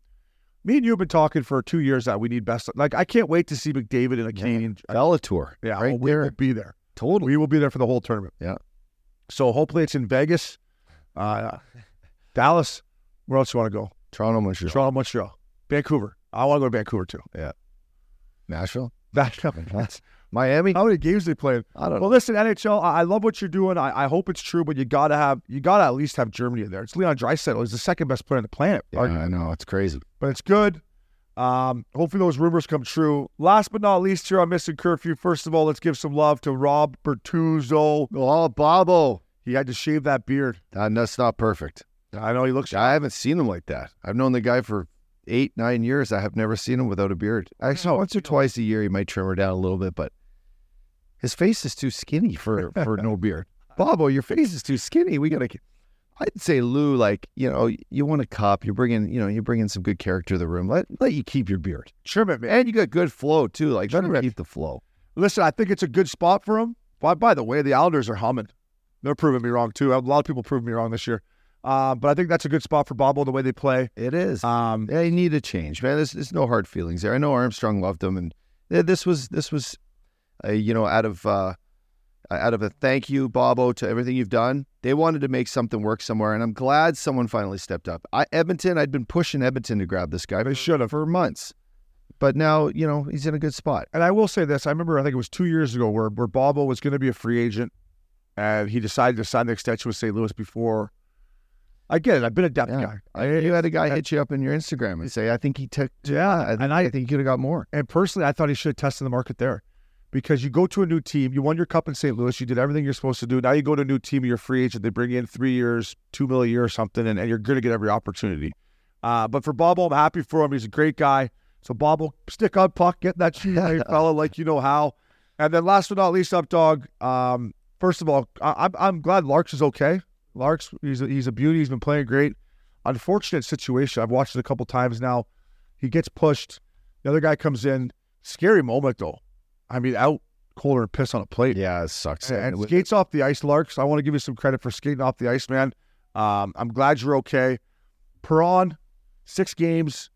Speaker 1: me and you have been talking for two years that we need best. Like I can't wait to see McDavid in a Canadian. Yeah,
Speaker 9: Bellator, right
Speaker 1: well, we will
Speaker 9: there,
Speaker 1: be there.
Speaker 9: totally.
Speaker 1: We will be there for the whole tournament.
Speaker 9: Yeah.
Speaker 1: So hopefully it's in Vegas, uh, Dallas. Where else you want to go?
Speaker 9: Toronto, Montreal,
Speaker 1: Toronto, Montreal, Vancouver. I want to go to Vancouver too.
Speaker 9: Nashville,
Speaker 1: That,
Speaker 9: Miami.
Speaker 1: how many games they played?
Speaker 9: I don't
Speaker 1: Well,
Speaker 9: know.
Speaker 1: listen, NHL. I, I love what you're doing. I, I hope it's true, but you gotta have you gotta at least have Germany in there. It's Leon Draisaitl. He's the second best player on the planet,
Speaker 9: Yeah,
Speaker 1: arguably.
Speaker 9: I know it's crazy.
Speaker 1: but it's good. Um, hopefully those rumors come true. Last but not least, here on Missing Curfew, first of all, let's give some love to Rob Bertuzzo.
Speaker 9: Oh, Bobo.
Speaker 1: He had to shave that beard.
Speaker 9: That- that's not perfect.
Speaker 1: I know he looks.
Speaker 9: I haven't seen him like that. I've known the guy for eight, nine years. I have never seen him without a beard. I saw once or twice a year he might trim her down a little bit, but his face is too skinny for for no beard. Bobo, your face is too skinny. We gotta. I'd say Lou, like you know, you want a cup. You're bringing, you know, you're bringing some good character to the room. Let let you keep your beard,
Speaker 1: Trim it, man.
Speaker 9: and you got good flow too. Like let him
Speaker 1: Terrific.
Speaker 9: keep the flow.
Speaker 1: Listen, I think it's a good spot for him. By, by the way, the Islanders are humming. They're proving me wrong too. A lot of people proved me wrong this year, uh, but I think that's a good spot for Bobo the way they play.
Speaker 9: It is.
Speaker 1: Um,
Speaker 9: they need a change, man. There's, there's no hard feelings there. I know Armstrong loved him, and th- this was this was, uh, you know, out of uh, out of a thank you, Bobo, to everything you've done. They wanted to make something work somewhere, and I'm glad someone finally stepped up. I Edmonton, I'd been pushing Edmonton to grab this guy. They should have for months, but now you know he's in a good spot.
Speaker 1: And I will say this: I remember I think it was two years ago where where Bobo was going to be a free agent, and he decided to sign the extension with St. Louis before. I get it. I've been a depth
Speaker 9: Yeah.
Speaker 1: guy,
Speaker 9: I, you had a guy hit you up on your Instagram and say, "I think he took." Yeah, I, and I, think he could have got more.
Speaker 1: and personally, I thought he should have tested the market there, because you go to a new team, you won your cup in St. Louis, you did everything you're supposed to do. Now you go to a new team, you're a free agent. They bring you in three years, two million a year or something, and, and you're going to get every opportunity. Uh, but for Bobo, I'm happy for him. He's a great guy. So Bobo, stick on puck, get that shit, hey, fella, like you know how. And then last but not least, up dog. Um, first of all, I, I'm I'm glad Larks is okay. Larks, he's a, he's a beauty. He's been playing great. Unfortunate situation. I've watched it a couple times now. He gets pushed. The other guy comes in. Scary moment though. I mean, out colder and piss on a plate.
Speaker 9: Yeah, it sucks.
Speaker 1: And, skates off the ice, Larks. I want to give you some credit for skating off the ice, man. Um, I'm glad you're okay. Perron, six games.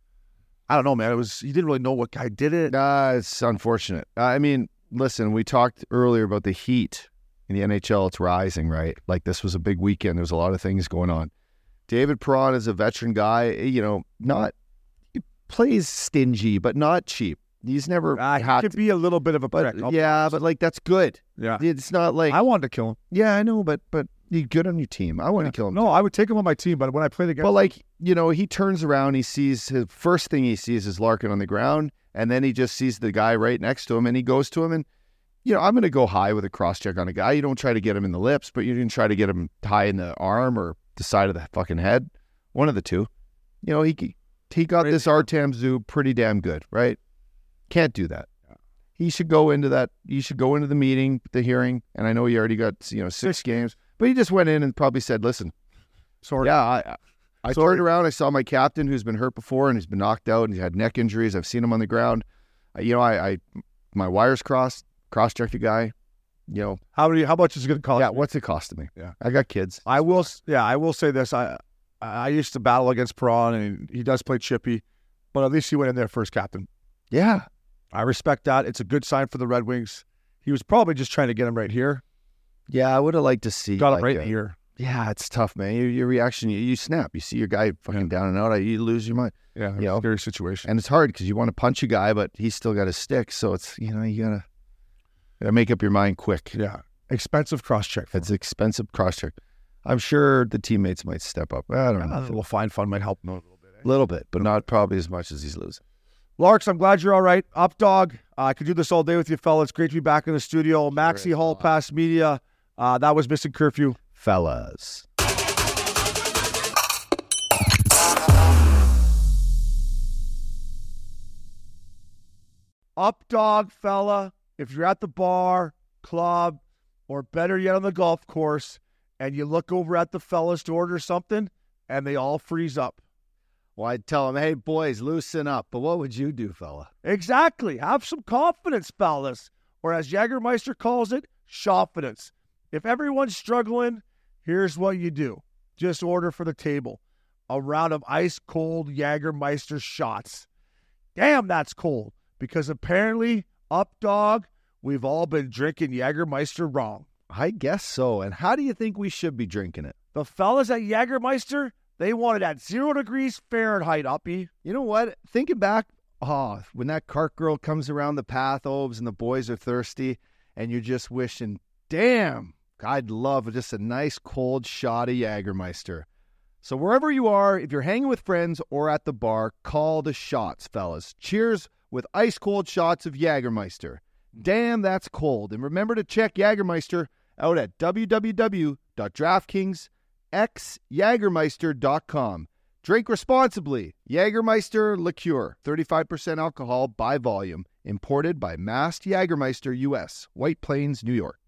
Speaker 1: I don't know, man. It was you didn't really know what guy did it.
Speaker 9: Uh, it's unfortunate. Uh, I mean, listen, we talked earlier about the heat in the NHL. It's rising, right? Like this was a big weekend. There's a lot of things going on. David Perron is a veteran guy. Eh, You know, not he plays stingy, but not cheap. He's never
Speaker 1: I
Speaker 9: had
Speaker 1: Ah, could
Speaker 9: to-
Speaker 1: be a little bit of a prick.
Speaker 9: but
Speaker 1: I'll-
Speaker 9: yeah, but like that's good.
Speaker 1: yeah.
Speaker 9: It's not like
Speaker 1: I wanted to kill him.
Speaker 9: yeah, I know, but but you're good on your team. I want to kill him.
Speaker 1: No, I would take him on my team, but when I played against,
Speaker 9: But like you know, he turns around, he sees his first thing he sees is Larkin on the ground, and then he just sees the guy right next to him, and he goes to him, and you know, I'm going to go high with a cross check on a guy. You don't try to get him in the lips, but you didn't try to get him high in the arm or the side of the fucking head, one of the two. You know, he he got this Artam Zoo pretty damn good, right? Can't do that. He should go into that. He should go into the meeting, the hearing, and I know he already got you know six games, but he just went in and probably said, "Listen."
Speaker 1: sorry,
Speaker 9: Yeah, I, I turned around. I saw my captain who's been hurt before and he's been knocked out and he's had neck injuries. I've seen him on the ground. Uh, you know, I, I my wires crossed, cross checked the guy. You know,
Speaker 1: how many, how much is it going to cost?
Speaker 9: yeah,
Speaker 1: me?
Speaker 9: what's it cost to me?
Speaker 1: Yeah.
Speaker 9: I got kids.
Speaker 1: I will. s- Yeah, I will say this. I I used to battle against Perron, and he does play chippy, but at least he went in there first captain.
Speaker 9: Yeah,
Speaker 1: I respect that. It's a good sign for the Red Wings. He was probably just trying to get him right here.
Speaker 9: yeah, I would have liked to see.
Speaker 1: Got
Speaker 9: like
Speaker 1: him right
Speaker 9: a-
Speaker 1: here.
Speaker 9: Yeah, it's tough, man. Your, your reaction, you, you snap. You see your guy fucking down and out. You lose your mind,
Speaker 1: Yeah,
Speaker 9: you know.
Speaker 1: scary situation.
Speaker 9: and it's hard because you want to punch a guy, but he's still got his stick. So it's you know you gotta, gotta make up your mind quick.
Speaker 1: yeah, expensive cross check.
Speaker 9: It's expensive cross check. I'm sure the teammates might step up. I don't know.
Speaker 1: A little fine fun might help him out a little bit.
Speaker 9: A little bit, but not probably as much as he's losing.
Speaker 1: Larks, I'm glad you're all right. Up dog. Uh, I could do this all day with you, fella. It's great to be back in the studio. Maxi Hall, Pass Media. Uh, that was missing curfew.
Speaker 9: Fellas.
Speaker 1: Up dog, fella. If you're at the bar, club, or better yet on the golf course, and you look over at the fellas to order something, and they all freeze up.
Speaker 9: Well, I'd tell him, hey, boys, loosen up. But what would you do, fella?
Speaker 1: Exactly. Have some confidence, fellas. Or as Jagermeister calls it, shopfidence. If everyone's struggling, here's what you do. Just order for the table. A round of ice cold Jagermeister shots. Damn, that's cold. Because apparently, up dog, we've all been drinking Jagermeister wrong.
Speaker 9: I guess so. And how do you think we should be drinking it?
Speaker 1: The fellas at Jagermeister, they wanted at zero degrees Fahrenheit, uppy.
Speaker 9: You know what? Thinking back, oh, when that cart girl comes around the path, Obes, and the boys are thirsty, and you're just wishing, damn, I'd love just a nice cold shot of Jagermeister. So wherever you are, if you're hanging with friends or at the bar, call the shots, fellas. Cheers with ice cold shots of Jagermeister. Damn, that's cold. And remember to check Jagermeister out at www.draftkingsxjagermeister.com. Drink responsibly. Jagermeister liqueur, 35% alcohol by volume, imported by Mast Jagermeister US, White Plains, New York.